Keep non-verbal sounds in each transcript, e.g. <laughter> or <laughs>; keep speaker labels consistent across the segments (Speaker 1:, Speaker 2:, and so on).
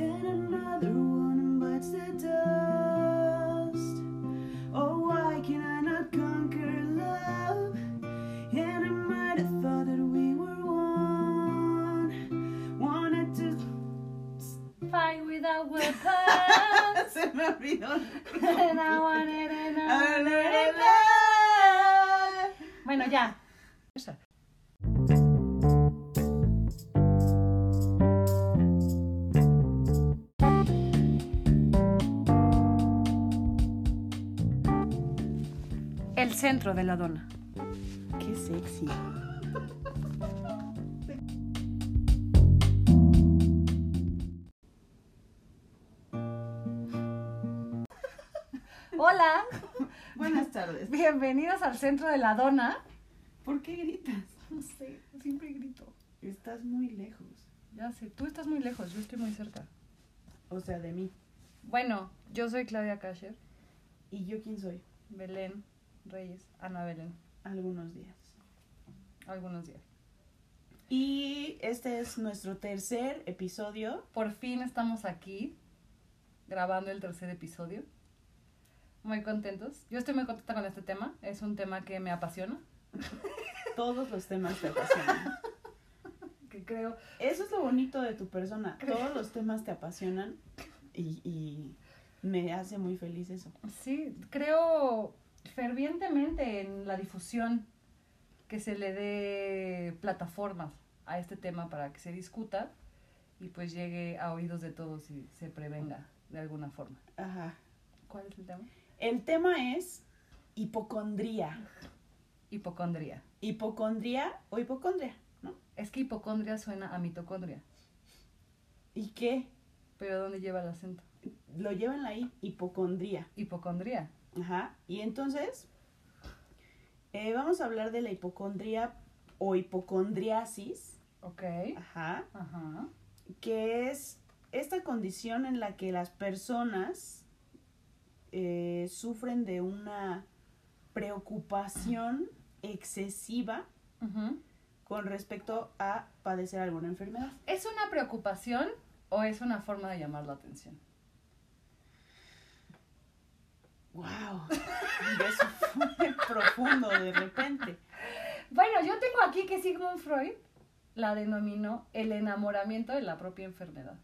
Speaker 1: Oh,
Speaker 2: <laughs>
Speaker 1: with pearls.
Speaker 2: Se me olvidó.
Speaker 1: <laughs> And I want it, and I want it. Bueno, ya. El centro de la dona.
Speaker 2: Qué sexy.
Speaker 1: Hola,
Speaker 2: Buenas tardes.
Speaker 1: bienvenidos al centro de la dona.
Speaker 2: ¿Por qué gritas?
Speaker 1: No sé, siempre grito.
Speaker 2: Estás muy lejos.
Speaker 1: Ya sé, tú estás muy lejos, yo estoy muy cerca.
Speaker 2: O sea, de mí.
Speaker 1: Bueno, yo soy Claudia Kasher,
Speaker 2: ¿Y yo quién soy?
Speaker 1: Belén Reyes, Ana Belén,
Speaker 2: Algunos días.
Speaker 1: algunos días.
Speaker 2: Y este es nuestro tercer episodio.
Speaker 1: Por fin estamos aquí grabando el tercer episodio. Muy contentos. Yo estoy muy contenta con este tema. Es un tema que me apasiona.
Speaker 2: Todos los temas te apasionan.
Speaker 1: Que creo.
Speaker 2: Eso es lo bonito de tu persona. Todos los temas te apasionan y, y me hace muy feliz eso.
Speaker 1: Sí, creo fervientemente en la difusión que se le dé plataformas a este tema para que se discuta y pues llegue a oídos de todos y se prevenga de alguna forma.
Speaker 2: Ajá.
Speaker 1: ¿Cuál es el tema?
Speaker 2: El tema es hipocondría.
Speaker 1: Hipocondría.
Speaker 2: Hipocondría o hipocondria, ¿no?
Speaker 1: Es que hipocondria suena a mitocondria,
Speaker 2: ¿Y qué?
Speaker 1: pero ¿dónde lleva el acento?
Speaker 2: Lo llevan ahí, hipocondría.
Speaker 1: Hipocondría.
Speaker 2: Ajá. Y entonces, eh, vamos a hablar de la hipocondría o hipocondriasis.
Speaker 1: Ok.
Speaker 2: Ajá.
Speaker 1: Ajá.
Speaker 2: que es esta condición en la que las personas eh, sufren de una preocupación excesiva
Speaker 1: Ujú.
Speaker 2: con respecto a padecer alguna enfermedad.
Speaker 1: ¿Es una preocupación o es una forma de llamar la atención?
Speaker 2: ¡Wow! Eso fue profundo de repente.
Speaker 1: Bueno, yo tengo aquí que Sigmund Freud la denominó el enamoramiento de la propia enfermedad.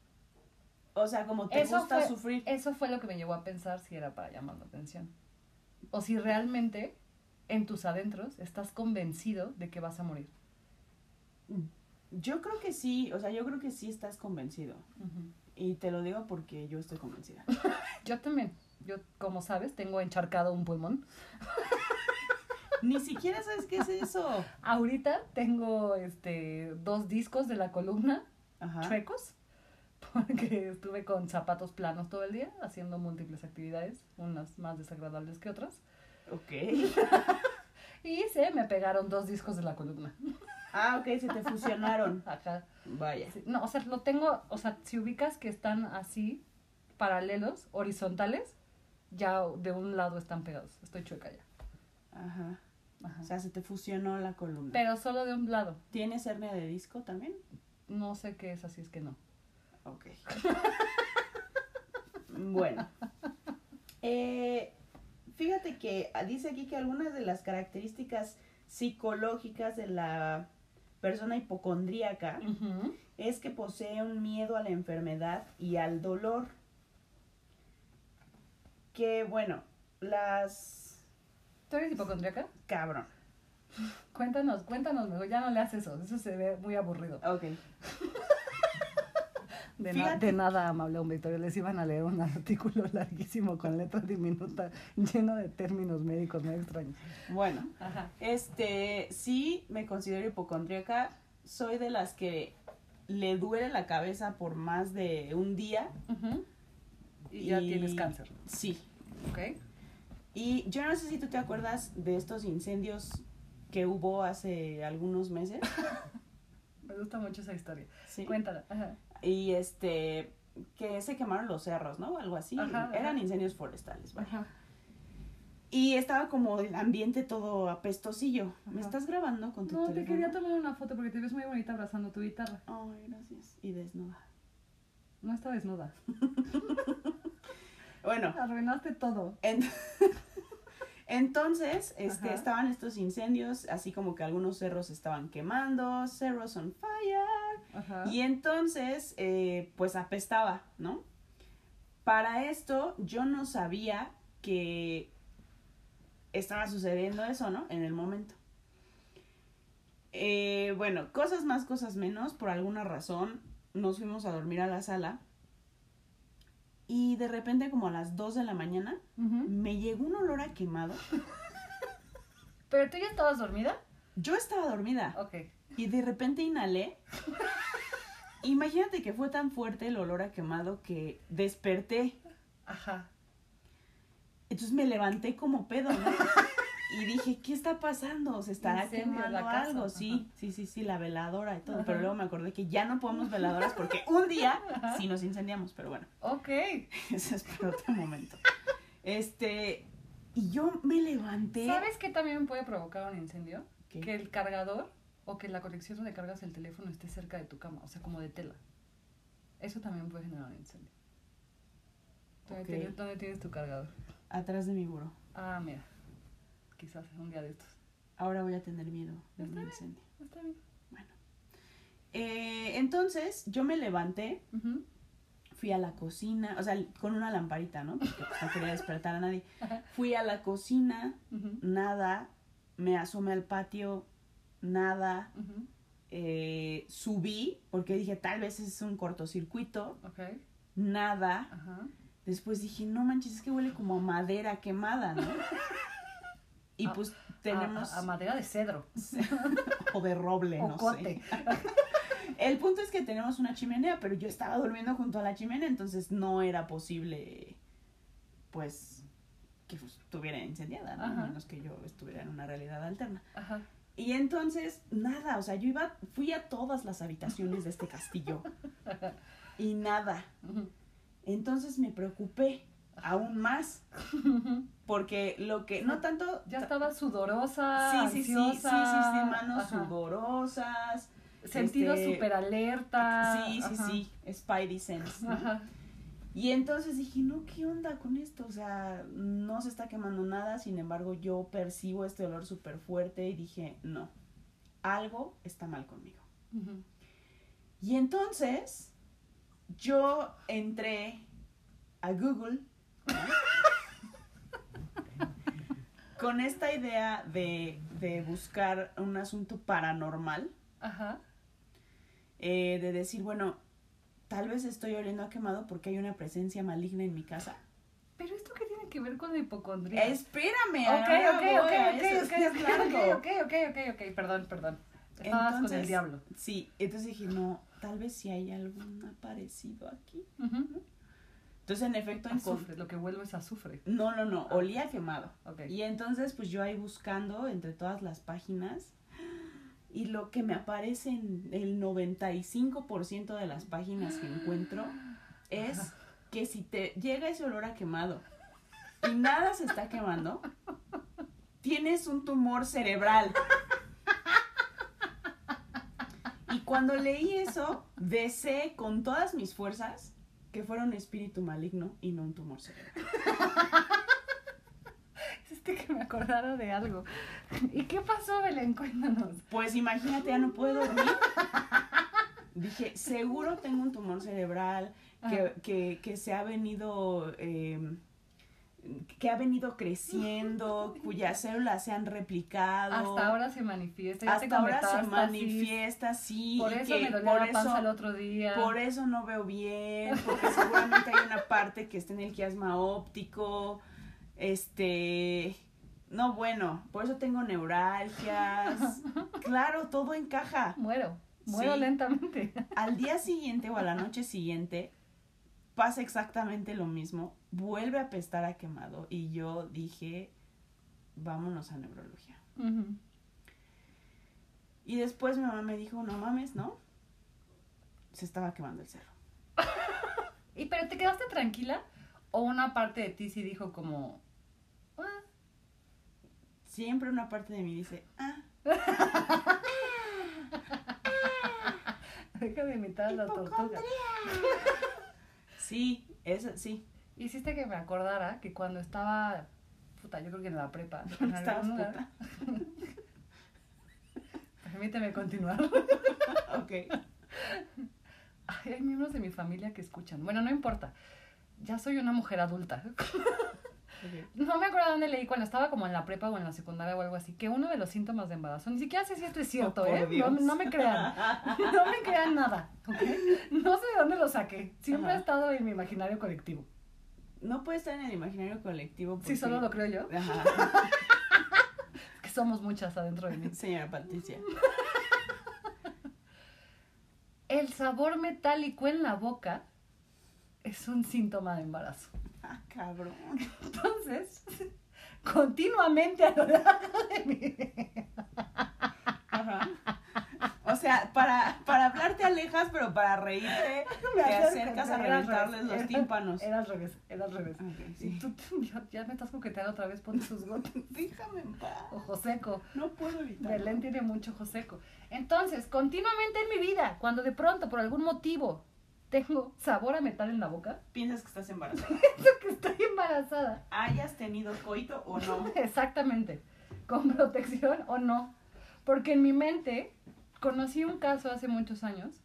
Speaker 2: O sea, como te
Speaker 1: Eso
Speaker 2: gusta
Speaker 1: fue-
Speaker 2: sufrir.
Speaker 1: Eso fue lo que me llevó a pensar si era para llamar la atención. O si realmente en tus adentros estás convencido de que vas a morir.
Speaker 2: Yo creo que sí, o sea, yo creo que sí estás convencido.
Speaker 1: Ujú.
Speaker 2: Y te lo digo porque yo estoy convencida.
Speaker 1: Yo también. Yo, como sabes, tengo encharcado un pulmón.
Speaker 2: Ni siquiera sabes qué es eso.
Speaker 1: Ahorita tengo este, dos discos de la columna
Speaker 2: Ajá.
Speaker 1: chuecos, porque estuve con zapatos planos todo el día, haciendo múltiples actividades, unas más desagradables que otras,
Speaker 2: Ok.
Speaker 1: y se me pegaron dos discos de la columna.
Speaker 2: Ah, ok, se te fusionaron.
Speaker 1: Ajá.
Speaker 2: Vaya.
Speaker 1: Sí, No, o sea, lo tengo, o sea, si ubicas que están así, paralelos, horizontales, ya de un lado están pegados. Estoy chueca ya.
Speaker 2: Ajá.
Speaker 1: Ajá.
Speaker 2: O sea, se te fusionó la columna.
Speaker 1: Pero solo de un lado.
Speaker 2: ¿Tienes hernia de disco también?
Speaker 1: No sé qué es, así es que no.
Speaker 2: Ok. <laughs> bueno. Eh, fíjate que ah, dice aquí que algunas de las características psicológicas de la persona hipocondríaca
Speaker 1: Ujú.
Speaker 2: es que posee un miedo a la enfermedad y al dolor. Que bueno, las...
Speaker 1: ¿Tú eres hipocondríaca?
Speaker 2: Cabrón.
Speaker 1: Cuéntanos, cuéntanos, luego ya no le haces eso, eso se ve muy aburrido.
Speaker 2: Ok.
Speaker 1: De,
Speaker 2: na- Fíjate.
Speaker 1: de nada, amable un Victorio, les iban a leer un <laughs> artículo larguísimo con letra diminuta, lleno de términos médicos muy extraños.
Speaker 2: Bueno.
Speaker 1: Ajá.
Speaker 2: Este, sí, me considero hipocondríaca. Soy de las que le duele la cabeza por más de un día.
Speaker 1: Y ya tienes cáncer,
Speaker 2: Sí.
Speaker 1: ¿ok?
Speaker 2: Y yo no sé si tú te acuerdas de estos incendios que hubo hace algunos
Speaker 1: <laughs>
Speaker 2: meses.
Speaker 1: Me gusta mucho esa historia.
Speaker 2: Sí.
Speaker 1: Cuéntala. Ajá.
Speaker 2: Y este, que se quemaron los cerros, ¿no? Algo así.
Speaker 1: Ajá,
Speaker 2: Eran
Speaker 1: ajá.
Speaker 2: incendios forestales, vaya. Y estaba como el ambiente todo apestosillo. ¿Me
Speaker 1: Ajá.
Speaker 2: estás grabando con tu
Speaker 1: No, te
Speaker 2: teléfono?
Speaker 1: quería tomar una foto porque te ves muy bonita abrazando tu guitarra.
Speaker 2: Ay, gracias. Y desnuda.
Speaker 1: No está desnuda.
Speaker 2: Bueno,
Speaker 1: <laughs> Arruinaste todo.
Speaker 2: En- <laughs> Entonces, este,
Speaker 1: Ajá.
Speaker 2: estaban estos incendios, así como que algunos cerros estaban quemando, cerros on fire.
Speaker 1: Ajá.
Speaker 2: Y entonces, eh, pues apestaba, ¿no? Para esto yo no sabía que estaba sucediendo eso, ¿no? En el momento. Eh, bueno, cosas más, cosas menos. Por alguna razón nos fuimos a dormir a la sala. Y de repente, como a las 2 de la mañana,
Speaker 1: Ujú.
Speaker 2: me llegó un olor a quemado.
Speaker 1: ¿Pero tú ya estabas dormida?
Speaker 2: Yo estaba dormida.
Speaker 1: Ok.
Speaker 2: Y de repente inhalé. Imagínate que fue tan fuerte el olor a quemado que desperté.
Speaker 1: Ajá.
Speaker 2: Entonces me levanté como pedo, ¿no? Y dije, ¿qué está pasando? ¿Se estará
Speaker 1: Incendio en la
Speaker 2: quemando
Speaker 1: casa,
Speaker 2: algo?
Speaker 1: ajá.
Speaker 2: Sí, sí, sí, sí, la veladora y todo.
Speaker 1: Ajá.
Speaker 2: Pero luego me acordé que ya no podemos veladoras porque un día sí nos incendiamos. Pero bueno, <laughs>
Speaker 1: Ok.
Speaker 2: eso es para otro momento. Este, y yo me levanté.
Speaker 1: ¿Sabes qué también puede provocar un incendio?
Speaker 2: ¿Qué?
Speaker 1: Que el cargador o que la conexión donde cargas el teléfono esté cerca de tu cama, o sea, como de tela. Eso también puede generar un incendio. ¿Dónde,
Speaker 2: Ok.
Speaker 1: tienes, dónde tienes tu cargador?
Speaker 2: Atrás de mi buró.
Speaker 1: Ah, mira. Quizás un día de estos.
Speaker 2: Ahora voy a tener miedo de un
Speaker 1: Está bien.
Speaker 2: incendio.
Speaker 1: Está bien.
Speaker 2: Eh, entonces, yo me levanté.
Speaker 1: Ujú.
Speaker 2: Fui a la cocina, o sea, con una lamparita, ¿no? Porque pues, no quería despertar a
Speaker 1: <laughs>
Speaker 2: nadie. Fui a la cocina,
Speaker 1: Ujú.
Speaker 2: nada, me asomé al patio, nada,
Speaker 1: Ujú.
Speaker 2: eh, subí, porque dije, tal vez es un cortocircuito,
Speaker 1: Ok.
Speaker 2: nada.
Speaker 1: Ajá.
Speaker 2: Después dije, no manches, es que huele como a madera quemada,
Speaker 1: <laughs>
Speaker 2: ¿no? Y
Speaker 1: A-
Speaker 2: pues tenemos...
Speaker 1: A, a- a madera de cedro.
Speaker 2: <laughs> o de roble,
Speaker 1: ah, o
Speaker 2: no
Speaker 1: cote.
Speaker 2: sé. El punto es que tenemos una chimenea, pero yo estaba durmiendo junto a la chimenea, entonces no era posible, pues, que pues, estuviera incendiada, ¿no?
Speaker 1: Ajá.
Speaker 2: A menos que yo estuviera en una realidad alterna.
Speaker 1: Ajá.
Speaker 2: Y entonces, nada, o sea, yo iba, fui a todas las habitaciones de este castillo y nada.
Speaker 1: Ujú.
Speaker 2: Entonces me preocupé aún más porque lo que, no tanto...
Speaker 1: Ya estaba sudorosa,
Speaker 2: Sí, sí, sí, sí, sí, sí,
Speaker 1: ansiosa.
Speaker 2: manos
Speaker 1: Ajá.
Speaker 2: sudorosas.
Speaker 1: Sentido
Speaker 2: este,
Speaker 1: súper alerta.
Speaker 2: sí, sí, sí, Spidey Sense. ¿no?
Speaker 1: Ah, Ajá.
Speaker 2: Y entonces dije, no, ¿qué onda con esto? O sea, no se está quemando nada, sin embargo yo percibo este olor súper fuerte y dije, no, algo está mal conmigo.
Speaker 1: Ujú.
Speaker 2: Y entonces yo entré a Google <laughs> ¿no? con esta idea de, de buscar un asunto paranormal,
Speaker 1: Ajá.
Speaker 2: eh, de decir, bueno, tal vez estoy oliendo a quemado porque hay una presencia maligna en mi casa.
Speaker 1: Pero esto qué tiene que ver con la hipocondría?
Speaker 2: Espérame,
Speaker 1: Ok,
Speaker 2: ahora
Speaker 1: ok,
Speaker 2: voy
Speaker 1: ok,
Speaker 2: a
Speaker 1: ok,
Speaker 2: eso,
Speaker 1: ok,
Speaker 2: es que es largo.
Speaker 1: ok, ok, ok, ok, ok, perdón, perdón. Estabas con el
Speaker 2: Entonces-
Speaker 1: diablo.
Speaker 2: Sí, entonces dije, no, tal vez si hay algún parecido aquí.
Speaker 1: Ujú.
Speaker 2: Entonces, en efecto, encontré.
Speaker 1: Azufre, lo que vuelvo es azufre.
Speaker 2: No, no,
Speaker 1: Ah.
Speaker 2: no, olía quemado.
Speaker 1: Ok.
Speaker 2: Y entonces, pues yo ahí buscando entre todas las páginas. Y lo que me aparece en el 95% de las páginas que encuentro es que si te llega ese olor a quemado y nada se está quemando, tienes un tumor cerebral. Y cuando leí eso, deseé con todas mis fuerzas que fuera un espíritu maligno y no un tumor cerebral.
Speaker 1: Hiciste que me acordara de algo. <laughs> ¿Y qué pasó, Belén? Cuéntanos.
Speaker 2: Pues imagínate, ya no puedo dormir. <laughs> Dije, seguro tengo un tumor cerebral que,
Speaker 1: Ajá.
Speaker 2: que- que se ha venido, eh, que ha venido
Speaker 1: <laughs>
Speaker 2: creciendo, cuyas células se han replicado.
Speaker 1: Hasta ahora se manifiesta. ya te
Speaker 2: Hasta ahora se
Speaker 1: comentaste,
Speaker 2: manifiesta, sí.
Speaker 1: Por
Speaker 2: y
Speaker 1: eso
Speaker 2: que
Speaker 1: me dolía
Speaker 2: por
Speaker 1: la panza
Speaker 2: eso-
Speaker 1: el otro día.
Speaker 2: por eso no veo bien, porque seguramente hay una parte que está en el quiasma óptico. Este. No, bueno, por eso tengo neuralgias. Claro, todo encaja.
Speaker 1: Muero, muero
Speaker 2: Sí.
Speaker 1: lentamente. <laughs>
Speaker 2: Al día siguiente o a la noche siguiente pasa exactamente lo mismo. Vuelve a apestar a quemado. Y yo dije, vámonos a neurología.
Speaker 1: Ujú.
Speaker 2: Y después mi mamá me dijo, no mames, ¿no? Se estaba quemando el cerro.
Speaker 1: ¿Y pero te quedaste tranquila? ¿O una parte de ti sí dijo como... <laughs> "Ah,
Speaker 2: Siempre una parte de mí dice, ah,
Speaker 1: deja de imitar a la tortuga.
Speaker 2: Sí, eso sí.
Speaker 1: Hiciste que me acordara que cuando estaba... Puta, yo creo que en
Speaker 2: <laughs>
Speaker 1: la prepa. en
Speaker 2: Estabas
Speaker 1: algún lugar-
Speaker 2: puta. <laughs>
Speaker 1: Permíteme continuar. <laughs>
Speaker 2: Ok.
Speaker 1: Ay, hay miembros de mi familia que escuchan. Bueno, no importa. ya soy una mujer adulta. <laughs>
Speaker 2: Ok.
Speaker 1: No me acuerdo dónde leí cuando estaba como en la prepa o en la secundaria o algo así, que uno de los síntomas de embarazo, ni siquiera sé si esto es cierto,
Speaker 2: Oh, por
Speaker 1: ¿eh? No,
Speaker 2: Dios.
Speaker 1: no me crean, no me crean nada, ¿ok? No sé de dónde lo saqué, siempre ha
Speaker 2: Ajá.
Speaker 1: estado en mi imaginario colectivo.
Speaker 2: <laughs> No puede estar en el imaginario colectivo.
Speaker 1: Sí,
Speaker 2: porque-
Speaker 1: solo lo creo yo,
Speaker 2: Ajá. <laughs>
Speaker 1: que somos muchas adentro de mí.
Speaker 2: Señora Patricia.
Speaker 1: El sabor metálico en la boca es un síntoma de embarazo.
Speaker 2: Ah, cabrón.
Speaker 1: Entonces, continuamente a lo largo de mi...
Speaker 2: Ajá. O sea, para, para hablar te alejas, pero para
Speaker 1: <laughs>
Speaker 2: reírte
Speaker 1: Me
Speaker 2: te
Speaker 1: acerco,
Speaker 2: acercas a
Speaker 1: era al
Speaker 2: reventarles
Speaker 1: revés,
Speaker 2: los
Speaker 1: era-
Speaker 2: tímpanos.
Speaker 1: Era al revés, era al revés.
Speaker 2: Ok,
Speaker 1: Y
Speaker 2: sí.
Speaker 1: tú ya, ya me estás coqueteando otra vez, ponte sus gotas.
Speaker 2: Déjame en paz.
Speaker 1: Ojo seco.
Speaker 2: No puedo
Speaker 1: Belén
Speaker 2: evitarlo.
Speaker 1: tiene mucho ojo seco. Entonces, continuamente en mi vida, cuando de pronto, por algún motivo, tengo sabor a metal en la boca, <laughs>
Speaker 2: Piensas que estás embarazada. <laughs>
Speaker 1: pienso que estoy embarazada.
Speaker 2: Hayas tenido coito o no.
Speaker 1: <laughs> Exactamente. Con protección o no. Porque en mi mente conocí un caso hace muchos años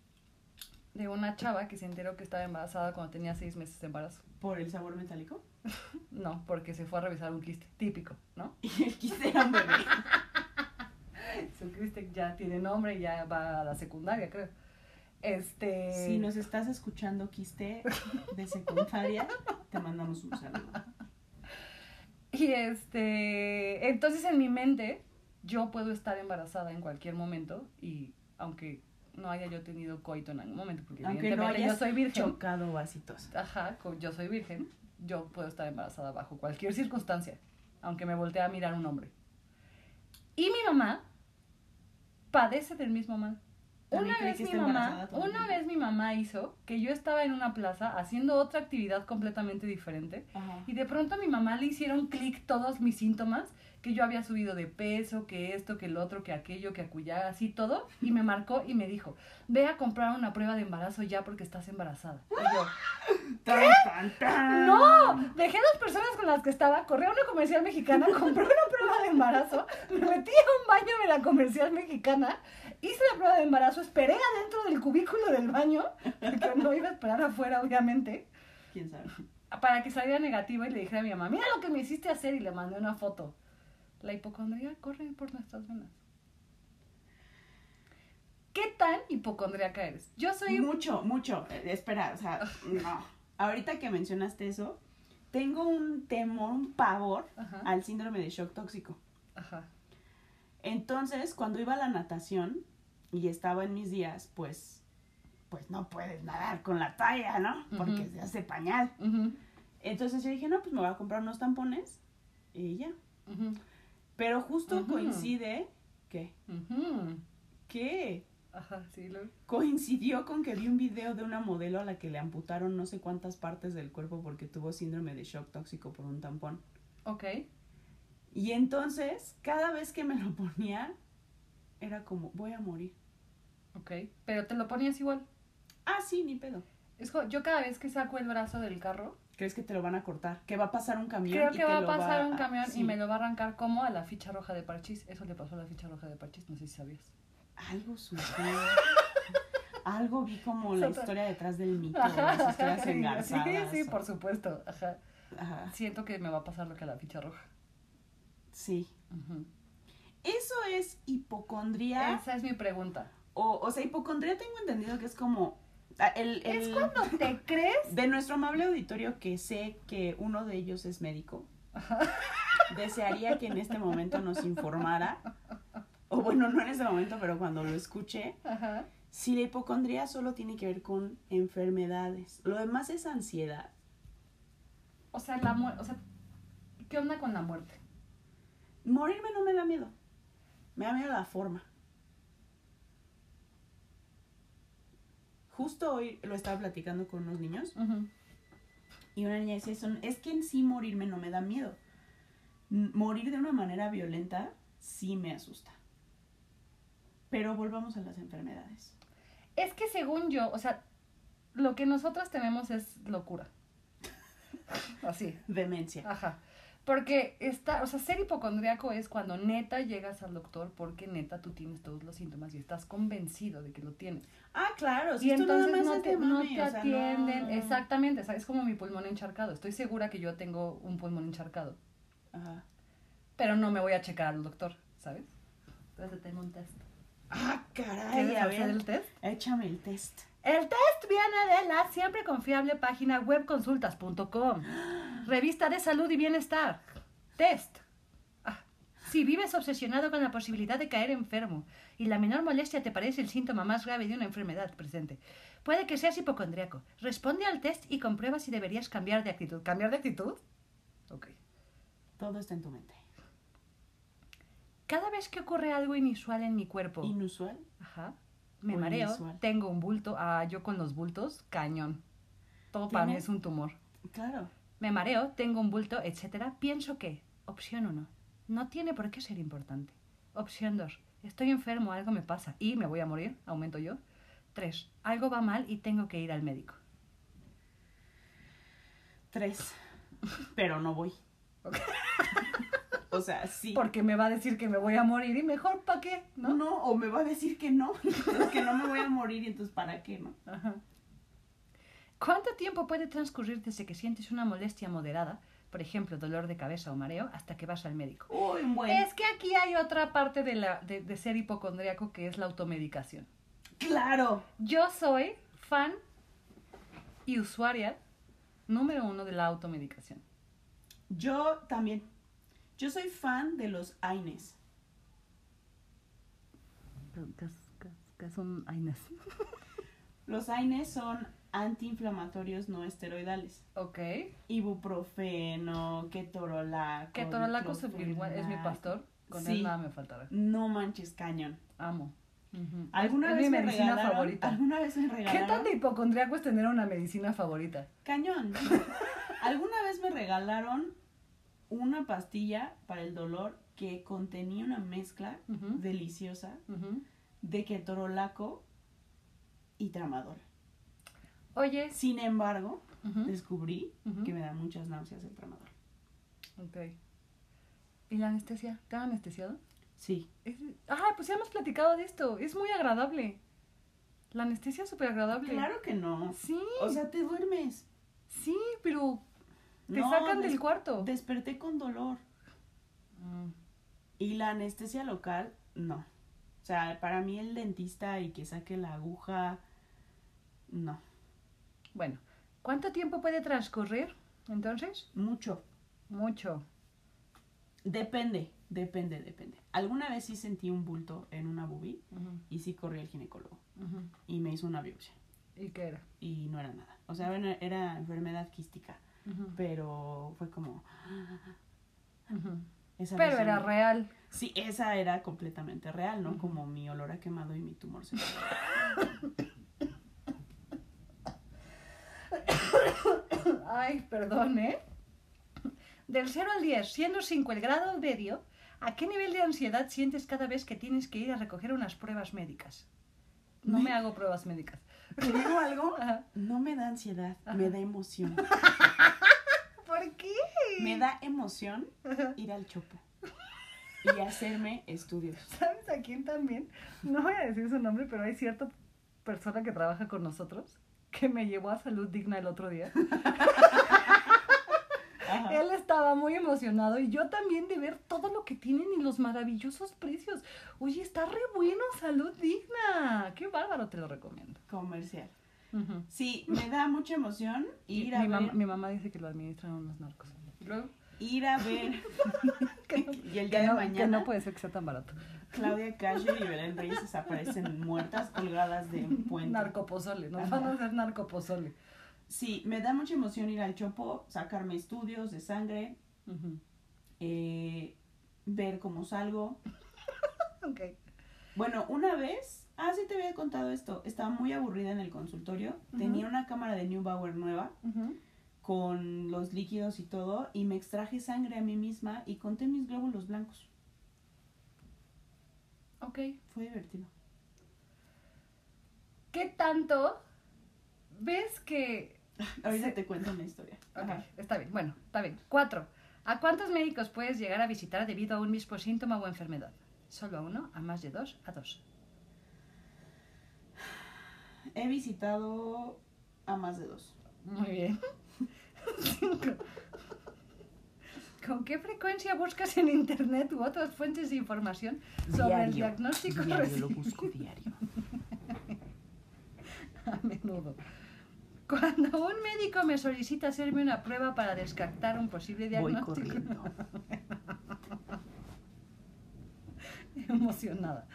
Speaker 1: de una chava que se enteró que estaba embarazada cuando tenía seis meses de embarazo.
Speaker 2: ¿Por el sabor metálico? <laughs>
Speaker 1: No, porque se fue a revisar un quiste típico, ¿no?
Speaker 2: Y el quiste era un bebé.
Speaker 1: Su quiste ya tiene nombre, ya va a la secundaria, creo. Este.
Speaker 2: Si nos estás escuchando, quiste de secundaria, te mandamos un saludo.
Speaker 1: Y este. Entonces en mi mente, yo puedo estar embarazada en cualquier momento y aunque no haya yo tenido coito en algún momento, porque
Speaker 2: Aunque no
Speaker 1: evidentemente
Speaker 2: hayas
Speaker 1: yo soy virgen.
Speaker 2: chocado vasitos.
Speaker 1: Ajá, co- yo soy virgen, yo puedo estar embarazada bajo cualquier circunstancia, aunque me voltee a mirar un hombre. Y mi mamá padece del mismo mal.
Speaker 2: También
Speaker 1: Una
Speaker 2: cree
Speaker 1: vez,
Speaker 2: que
Speaker 1: mi
Speaker 2: está
Speaker 1: mamá,
Speaker 2: embarazada todo el
Speaker 1: una
Speaker 2: tiempo.
Speaker 1: vez mi mamá hizo que yo estaba en una plaza haciendo otra actividad completamente diferente
Speaker 2: Ajá.
Speaker 1: y de pronto a mi mamá le hicieron clic todos mis síntomas, que yo había subido de peso, que esto, que el otro, que aquello, que acullá, así todo, y me marcó y me dijo, ve a comprar una prueba de embarazo ya porque estás embarazada. Y yo,
Speaker 2: Tan, tan, tan.
Speaker 1: ¡No! Dejé a las personas con las que estaba, corrí a una comercial mexicana, compré una prueba de embarazo, me metí a un baño de la comercial mexicana, hice la prueba de embarazo, esperé adentro del cubículo del baño, porque no iba a esperar afuera, obviamente,
Speaker 2: ¿Quién sabe?
Speaker 1: para que saliera negativa y le dije a mi mamá, mira lo que me hiciste hacer y le mandé una foto. La hipocondría corre por nuestras venas. ¿Qué tan hipocondríaca eres? Yo soy
Speaker 2: Mucho, mucho. Eh, espera, o sea, no. Ahorita que mencionaste eso, tengo un temor, un pavor
Speaker 1: Ajá,
Speaker 2: al síndrome de shock tóxico.
Speaker 1: ajá.
Speaker 2: Entonces, cuando iba a la natación y estaba en mis días, pues, pues no puedes nadar con la talla, ¿no? Porque
Speaker 1: Ujú.
Speaker 2: se hace pañal.
Speaker 1: Ujú,
Speaker 2: Entonces yo dije, no, pues me voy a comprar unos tampones y ya.
Speaker 1: ujú,
Speaker 2: Pero justo
Speaker 1: Ujú.
Speaker 2: coincide que,
Speaker 1: ujú.
Speaker 2: ¿qué?
Speaker 1: Ajá, sí, lo...
Speaker 2: Coincidió con que vi un video de una modelo a la que le amputaron no sé cuántas partes del cuerpo porque tuvo síndrome de shock tóxico por un tampón.
Speaker 1: Ok.
Speaker 2: Y entonces, cada vez que me lo ponía, era como, voy a morir.
Speaker 1: Ok, pero te lo ponías igual.
Speaker 2: Ah, sí, ni pedo.
Speaker 1: Es como, yo cada vez que saco el brazo del carro,
Speaker 2: ¿Crees que te lo van a cortar? ¿Que va a pasar un camión?
Speaker 1: creo
Speaker 2: y
Speaker 1: que
Speaker 2: te
Speaker 1: va a
Speaker 2: lo
Speaker 1: pasar
Speaker 2: a-
Speaker 1: un camión
Speaker 2: sí.
Speaker 1: y me lo va a arrancar como a la ficha roja de Parchis. Eso le pasó a la ficha roja de Parchis, no sé si sabías.
Speaker 2: Algo sucedió. Algo vi como la
Speaker 1: Sota-
Speaker 2: historia detrás del mito, las historias
Speaker 1: <laughs> sí,
Speaker 2: engarzadas.
Speaker 1: sí, por supuesto. Ajá.
Speaker 2: Ajá,
Speaker 1: Siento que me va a pasar lo que a la ficha roja.
Speaker 2: sí.
Speaker 1: Ujú.
Speaker 2: ¿Eso es hipocondría?
Speaker 1: Esa es mi pregunta.
Speaker 2: O, o sea, hipocondría tengo entendido que es como... ah, El,
Speaker 1: ¿Es
Speaker 2: el-
Speaker 1: cuando <laughs> te crees?
Speaker 2: De nuestro amable auditorio que sé que uno de ellos es médico, desearía que en este momento nos informara, o bueno, no en este momento, pero cuando lo escuche,
Speaker 1: Ajá.
Speaker 2: si la hipocondría solo tiene que ver con enfermedades. Lo demás es ansiedad.
Speaker 1: O sea, la muerte. O sea, ¿qué onda con la muerte?
Speaker 2: Morirme no me da miedo. Me da miedo la forma. Justo hoy lo estaba platicando con unos niños
Speaker 1: Ujú.
Speaker 2: y una niña decía, "Son- es que en sí morirme no me da miedo. M- Morir de una manera violenta sí me asusta. Pero volvamos a las enfermedades.
Speaker 1: Es que según yo, o sea, lo que nosotras tenemos es locura. <laughs> Así. Ah.
Speaker 2: Demencia.
Speaker 1: Ajá. Porque está, o sea, ser hipocondriaco es cuando neta llegas al doctor porque neta tú tienes todos los síntomas y estás convencido de que lo tienes.
Speaker 2: Ah, claro.
Speaker 1: y
Speaker 2: si esto nada
Speaker 1: entonces
Speaker 2: más
Speaker 1: no
Speaker 2: es
Speaker 1: te,
Speaker 2: de
Speaker 1: no
Speaker 2: mami,
Speaker 1: te
Speaker 2: o sea,
Speaker 1: atienden.
Speaker 2: no.
Speaker 1: Exactamente, o sea, es como mi pulmón encharcado. Estoy segura que yo tengo un pulmón encharcado,
Speaker 2: Ajá.
Speaker 1: pero no me voy a checar al doctor, ¿sabes? Entonces te tengo un test.
Speaker 2: Ah, caray.
Speaker 1: ¿Quieres
Speaker 2: A
Speaker 1: hacer
Speaker 2: ver,
Speaker 1: el test?
Speaker 2: échame el test.
Speaker 1: El test viene de la siempre confiable página webconsultas.com, revista de salud y bienestar. Test. Ah, si vives obsesionado con la posibilidad de caer enfermo y la menor molestia te parece el síntoma más grave de una enfermedad presente, puede que seas hipocondriaco. Responde al test y comprueba si deberías cambiar de actitud. ¿Cambiar de actitud? Ok.
Speaker 2: Todo está en tu mente.
Speaker 1: Cada vez que ocurre algo inusual en mi cuerpo,
Speaker 2: Inusual.
Speaker 1: Ajá. Me
Speaker 2: O
Speaker 1: mareo,
Speaker 2: inusual.
Speaker 1: tengo un bulto. Ah, yo con los bultos, cañón. Todo para mí
Speaker 2: ¿Tiene?
Speaker 1: es un tumor.
Speaker 2: Claro.
Speaker 1: Me mareo, tengo un bulto, etcétera. Pienso que, opción 1, no tiene por qué ser importante. Opción 2, estoy enfermo, algo me pasa y me voy a morir, aumento yo. 3, algo va mal y tengo que ir al médico.
Speaker 2: Tres. Pero no voy.
Speaker 1: Ok.
Speaker 2: <laughs> O sea, sí.
Speaker 1: Porque me va a decir que me voy a morir y mejor, ¿para qué?
Speaker 2: ¿no?
Speaker 1: ¿No?
Speaker 2: o me va a decir que no, <laughs> entonces que no me voy a morir y entonces para qué, ¿no?
Speaker 1: Ajá. ¿Cuánto tiempo puede transcurrir desde que sientes una molestia moderada, por ejemplo, dolor de cabeza o mareo, hasta que vas al médico?
Speaker 2: Uy, bueno.
Speaker 1: Es que aquí hay otra parte de, la, de, de ser hipocondriaco que es la automedicación.
Speaker 2: Claro.
Speaker 1: Yo soy fan y usuaria número uno de la automedicación.
Speaker 2: Yo también. Yo soy fan de los AINES. Los AINES E son antiinflamatorios no esteroidales.
Speaker 1: Ok.
Speaker 2: Ibuprofeno, ketorolaco.
Speaker 1: Que Torolaco Sublingual es mi
Speaker 2: diclofenac.
Speaker 1: pastor. Con
Speaker 2: Sí.
Speaker 1: él nada me faltará.
Speaker 2: No manches, cañón.
Speaker 1: Amo. Ujú.
Speaker 2: ¿Alguna
Speaker 1: es
Speaker 2: vez
Speaker 1: mi
Speaker 2: me
Speaker 1: medicina
Speaker 2: regalaron-
Speaker 1: favorita.
Speaker 2: ¿Alguna vez me
Speaker 1: ¿Qué
Speaker 2: regalaron?
Speaker 1: tan de hipocondriaco es tener una medicina favorita?
Speaker 2: Cañón. <laughs> ¿Alguna vez me regalaron una pastilla para el dolor que contenía una mezcla
Speaker 1: Ujú.
Speaker 2: deliciosa
Speaker 1: Ujú.
Speaker 2: de ketorolaco y tramadol?
Speaker 1: Oye.
Speaker 2: Sin embargo,
Speaker 1: Ujú.
Speaker 2: descubrí
Speaker 1: Ujú.
Speaker 2: que me da muchas náuseas el tramador.
Speaker 1: Ok. ¿Y la anestesia? ¿Te han anestesiado?
Speaker 2: Sí.
Speaker 1: Es- Ah, pues ya hemos platicado de esto. Es muy agradable. La anestesia es súper agradable.
Speaker 2: Claro que no.
Speaker 1: Sí,
Speaker 2: O sea, te duermes.
Speaker 1: sí, pero te
Speaker 2: No,
Speaker 1: sacan del
Speaker 2: des-
Speaker 1: cuarto.
Speaker 2: Desperté con dolor.
Speaker 1: Mm,
Speaker 2: Y la anestesia local, no. O sea, para mí el dentista y que saque la aguja, no.
Speaker 1: Bueno, ¿cuánto tiempo puede transcurrir entonces?
Speaker 2: Mucho.
Speaker 1: Mucho.
Speaker 2: Depende, depende, depende. Alguna vez sí sentí un bulto en una boobie y sí corrí al ginecólogo y me hizo una biopsia
Speaker 1: ¿Y qué era?
Speaker 2: y no era nada. O sea, bueno, era enfermedad quística, pero fue como...
Speaker 1: Ujú.
Speaker 2: esa
Speaker 1: Pero
Speaker 2: vez
Speaker 1: era
Speaker 2: no-
Speaker 1: real. <laughs>
Speaker 2: Sí, esa era completamente real, ¿no?
Speaker 1: Ujú.
Speaker 2: Como mi olor a quemado y mi tumor
Speaker 1: <laughs>
Speaker 2: cerebral.
Speaker 1: Ay, perdón, ¿eh? Del 0 al 10, siendo 5 el grado medio, ¿a qué nivel de ansiedad sientes cada vez que tienes que ir a recoger unas pruebas médicas? No me hago pruebas médicas.
Speaker 2: ¿Te digo algo?
Speaker 1: Ajá.
Speaker 2: No me da ansiedad,
Speaker 1: Ajá.
Speaker 2: me da emoción.
Speaker 1: ¿Por qué?
Speaker 2: Me da emoción ir al chopo y hacerme estudios.
Speaker 1: ¿Sabes a quién también? No voy a decir su nombre, pero hay cierta persona que trabaja con nosotros que me llevó a salud digna el otro día.
Speaker 2: Ajá.
Speaker 1: Él estaba muy emocionado y yo también de ver todo lo que tienen y los maravillosos precios. Oye, está re bueno salud digna. Qué bárbaro, te lo recomiendo.
Speaker 2: Comercial. Sí, me da mucha emoción
Speaker 1: Y
Speaker 2: ir a
Speaker 1: mi, mamá,
Speaker 2: ver.
Speaker 1: mi mamá dice que lo administran unos narcos. Y luego,
Speaker 2: Ir a ver.
Speaker 1: <laughs> que no,
Speaker 2: Y <laughs> el día
Speaker 1: que
Speaker 2: de
Speaker 1: no- que
Speaker 2: mañana,
Speaker 1: no puede ser que sea tan barato.
Speaker 2: Claudia Calle y Belén Reyes aparecen muertas colgadas de un puente.
Speaker 1: Narcopozole, nos
Speaker 2: Ajá.
Speaker 1: van a hacer narcopozole.
Speaker 2: Sí, me da mucha emoción ir al chopo, sacarme estudios de sangre,
Speaker 1: Ujú.
Speaker 2: eh, ver cómo salgo.
Speaker 1: Ok.
Speaker 2: Bueno, una vez, ah, sí te había contado esto, estaba muy aburrida en el consultorio,
Speaker 1: Ujú.
Speaker 2: tenía una cámara de Neubauer nueva
Speaker 1: Ujú.
Speaker 2: con los líquidos y todo, y me extraje sangre a mí misma y conté mis glóbulos blancos.
Speaker 1: Ok.
Speaker 2: Fue divertido.
Speaker 1: ¿Qué tanto ves que...
Speaker 2: Ahorita
Speaker 1: Sí.
Speaker 2: te cuento una historia.
Speaker 1: Ok,
Speaker 2: Ajá.
Speaker 1: está bien, bueno, está bien. Cuatro. ¿A cuántos médicos puedes llegar a visitar debido a un mismo síntoma o enfermedad? Solo a uno, a más de dos, a dos.
Speaker 2: He visitado a más de dos.
Speaker 1: Muy bien. Cinco. ¿Con qué frecuencia buscas en internet u otras fuentes de información sobre el
Speaker 2: Diario,
Speaker 1: diagnóstico
Speaker 2: Diario, lo
Speaker 1: recibido?
Speaker 2: busco diario.
Speaker 1: <laughs> A menudo. Cuando un médico me solicita hacerme una prueba para descartar un posible
Speaker 2: Voy
Speaker 1: diagnóstico, <laughs>
Speaker 2: corriendo.
Speaker 1: <laughs> emocionada.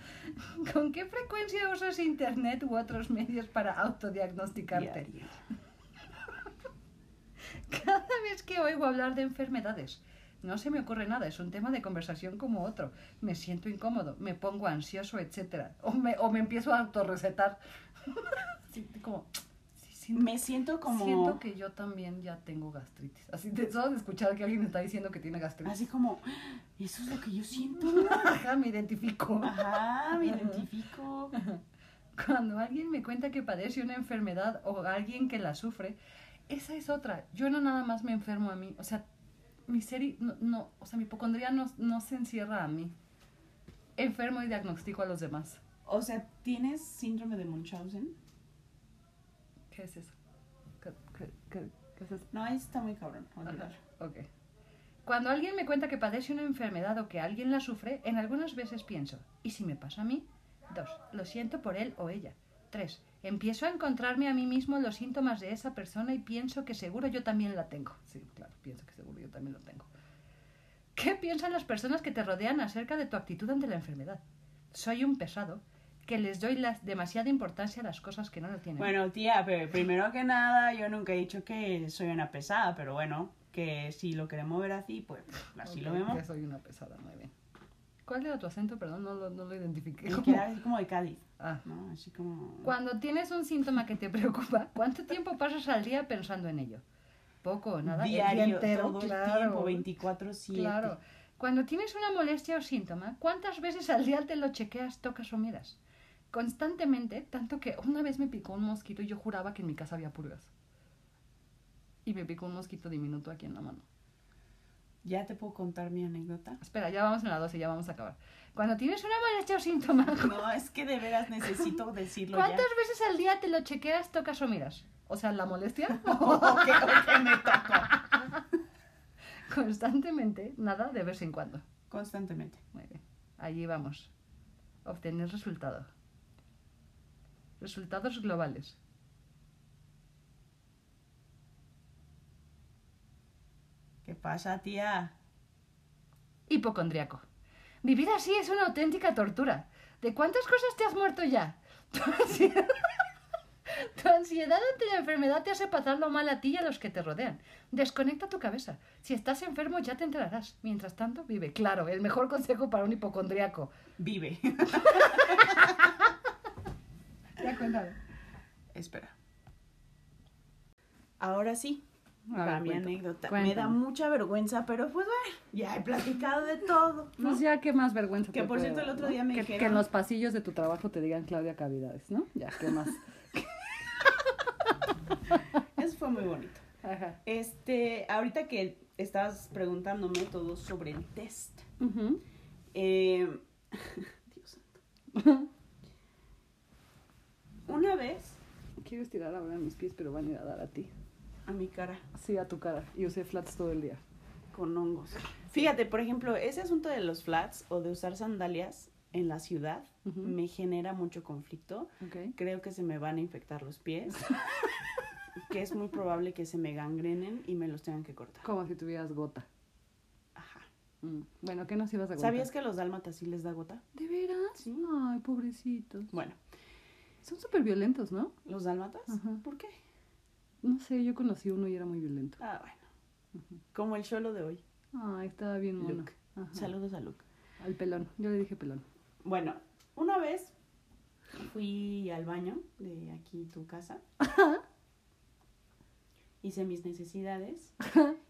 Speaker 1: ¿Con qué frecuencia usas internet u otros medios para autodiagnosticarte?
Speaker 2: Diario.
Speaker 1: Cada vez que oigo hablar de enfermedades, no se me ocurre nada, es un tema de conversación como otro. Me siento incómodo, me pongo ansioso, etcétera. O me, o me empiezo a autorrecetar. <laughs> Sí, como, sí, siento,
Speaker 2: Me siento como.
Speaker 1: siento que yo también ya tengo gastritis. Así de solo de escuchar que alguien está diciendo que tiene gastritis.
Speaker 2: Así como, eso es lo que yo siento.
Speaker 1: <laughs> Ajá, me identifico.
Speaker 2: Ajá, me identifico.
Speaker 1: Cuando alguien me cuenta que padece una enfermedad o alguien que la sufre, esa es otra. Yo no nada más me enfermo a mí. O sea, mi seri, no, no, o sea, mi hipocondría no, no se encierra a mí. Enfermo y diagnostico a los demás.
Speaker 2: O sea, ¿tienes síndrome de Munchausen?
Speaker 1: ¿Qué es eso? ¿Qué, qué- qué- qué es eso?
Speaker 2: No, ahí está muy cabrón. olvídalo.
Speaker 1: Ah, Ok. Cuando alguien me cuenta que padece una enfermedad o que alguien la sufre, en algunas veces pienso, ¿y si me pasa a mí? 2. Lo siento por él o ella. 3. Empiezo a encontrarme a mí mismo los síntomas de esa persona y pienso que seguro yo también la tengo. Sí, claro, pienso que seguro yo también la tengo. ¿Qué piensan las personas que te rodean acerca de tu actitud ante la enfermedad? Soy un pesado que les doy la- demasiada importancia a las cosas que no lo tienen.
Speaker 2: Bueno, tía, pero primero que nada, yo nunca he dicho que soy una pesada, pero bueno, que si lo queremos ver así, pues así lo
Speaker 1: Ok,
Speaker 2: vemos.
Speaker 1: Ya soy una pesada, muy bien. ¿Cuál era tu acento? Perdón, no lo, no lo identifiqué.
Speaker 2: Y
Speaker 1: ¿Cómo?
Speaker 2: que era así como de Cádiz,
Speaker 1: Ah.
Speaker 2: ¿no? Así como...
Speaker 1: Cuando tienes un síntoma que te preocupa, ¿cuánto tiempo pasas al día pensando en ello? Poco o nada. El día
Speaker 2: Diario,
Speaker 1: entero,
Speaker 2: todo
Speaker 1: claro.
Speaker 2: el tiempo, 24-7.
Speaker 1: Claro. Cuando tienes una molestia o síntoma, ¿cuántas veces al día te lo chequeas, tocas o miras? Constantemente, tanto que una vez me picó un mosquito y yo juraba que en mi casa había purgas. Y me picó un mosquito diminuto aquí en la mano.
Speaker 2: ¿Ya te puedo contar mi anécdota?
Speaker 1: Espera, ya vamos en la 12, ya vamos a acabar. Cuando tienes una molestia o síntoma,
Speaker 2: No, es que de veras necesito decirlo ya.
Speaker 1: ¿cuántas veces al día te lo chequeas, tocas o miras? O sea, la molestia
Speaker 2: <laughs>
Speaker 1: <laughs>
Speaker 2: Ok, ok, me toco.
Speaker 1: constantemente, nada de vez en cuando.
Speaker 2: Constantemente.
Speaker 1: Muy bien. Allí vamos. Obtener resultado. Resultados globales.
Speaker 2: ¿Qué pasa, tía?
Speaker 1: Hipocondriaco. Vivir así es una auténtica tortura. ¿De cuántas cosas te has muerto ya? <laughs> Tu ansiedad, <laughs> tu ansiedad ante la enfermedad te hace pasarlo mal a ti y a los que te rodean. Desconecta tu cabeza. Si estás enfermo ya te enterarás. Mientras tanto, vive. Claro, el mejor consejo para un hipocondriaco.
Speaker 2: Vive. <laughs>
Speaker 1: Ya cuéntame.
Speaker 2: Espera. Ahora sí,
Speaker 1: A
Speaker 2: para
Speaker 1: ver,
Speaker 2: mi
Speaker 1: cuéntame.
Speaker 2: anécdota. Me
Speaker 1: Cuéntame.
Speaker 2: da mucha vergüenza, pero pues bueno, ya he platicado de todo. ¿no?
Speaker 1: Pues ya, qué más vergüenza.
Speaker 2: Que,
Speaker 1: te
Speaker 2: por
Speaker 1: puede
Speaker 2: cierto, el
Speaker 1: dar,
Speaker 2: otro
Speaker 1: ¿no?
Speaker 2: día me
Speaker 1: que,
Speaker 2: dijeron-
Speaker 1: que en los pasillos de tu trabajo te digan Claudia Cavidades, ¿no? Ya, qué más.
Speaker 2: Eso fue muy bonito.
Speaker 1: <laughs> Ajá.
Speaker 2: Este, ahorita que estabas preguntándome todo sobre el test.
Speaker 1: Ujú.
Speaker 2: eh, <laughs> Dios santo.
Speaker 1: <laughs>
Speaker 2: Una vez
Speaker 1: Quiero estirar ahora mis pies, pero van a ir a dar a ti.
Speaker 2: a mi cara
Speaker 1: Sí, a tu cara. Y usé flats todo el día.
Speaker 2: con hongos. Fíjate, por ejemplo, ese asunto de los flats o de usar sandalias en la ciudad
Speaker 1: Ujú.
Speaker 2: me genera mucho conflicto.
Speaker 1: Ok.
Speaker 2: Creo que se me van a infectar los
Speaker 1: <laughs>
Speaker 2: pies. que es muy probable que se me gangrenen y me los tengan que cortar.
Speaker 1: Como si tuvieras gota.
Speaker 2: Ajá.
Speaker 1: Mm. Bueno, ¿qué nos ibas a contar?
Speaker 2: ¿Sabías que a los dálmatas sí les da gota?
Speaker 1: ¿De veras?
Speaker 2: Sí.
Speaker 1: Ay, pobrecitos.
Speaker 2: Bueno,
Speaker 1: Son súper violentos, ¿no?
Speaker 2: ¿los dálmatas?
Speaker 1: Ajá.
Speaker 2: ¿Por qué?
Speaker 1: No sé, yo conocí uno y era muy violento.
Speaker 2: Ah, bueno. Como el solo de hoy.
Speaker 1: Ay, estaba bien mono.
Speaker 2: Luke.
Speaker 1: Ajá.
Speaker 2: Saludos a Luke.
Speaker 1: Al pelón. Yo le dije pelón.
Speaker 2: Bueno, una vez fui al baño de aquí tu casa. Hice mis necesidades.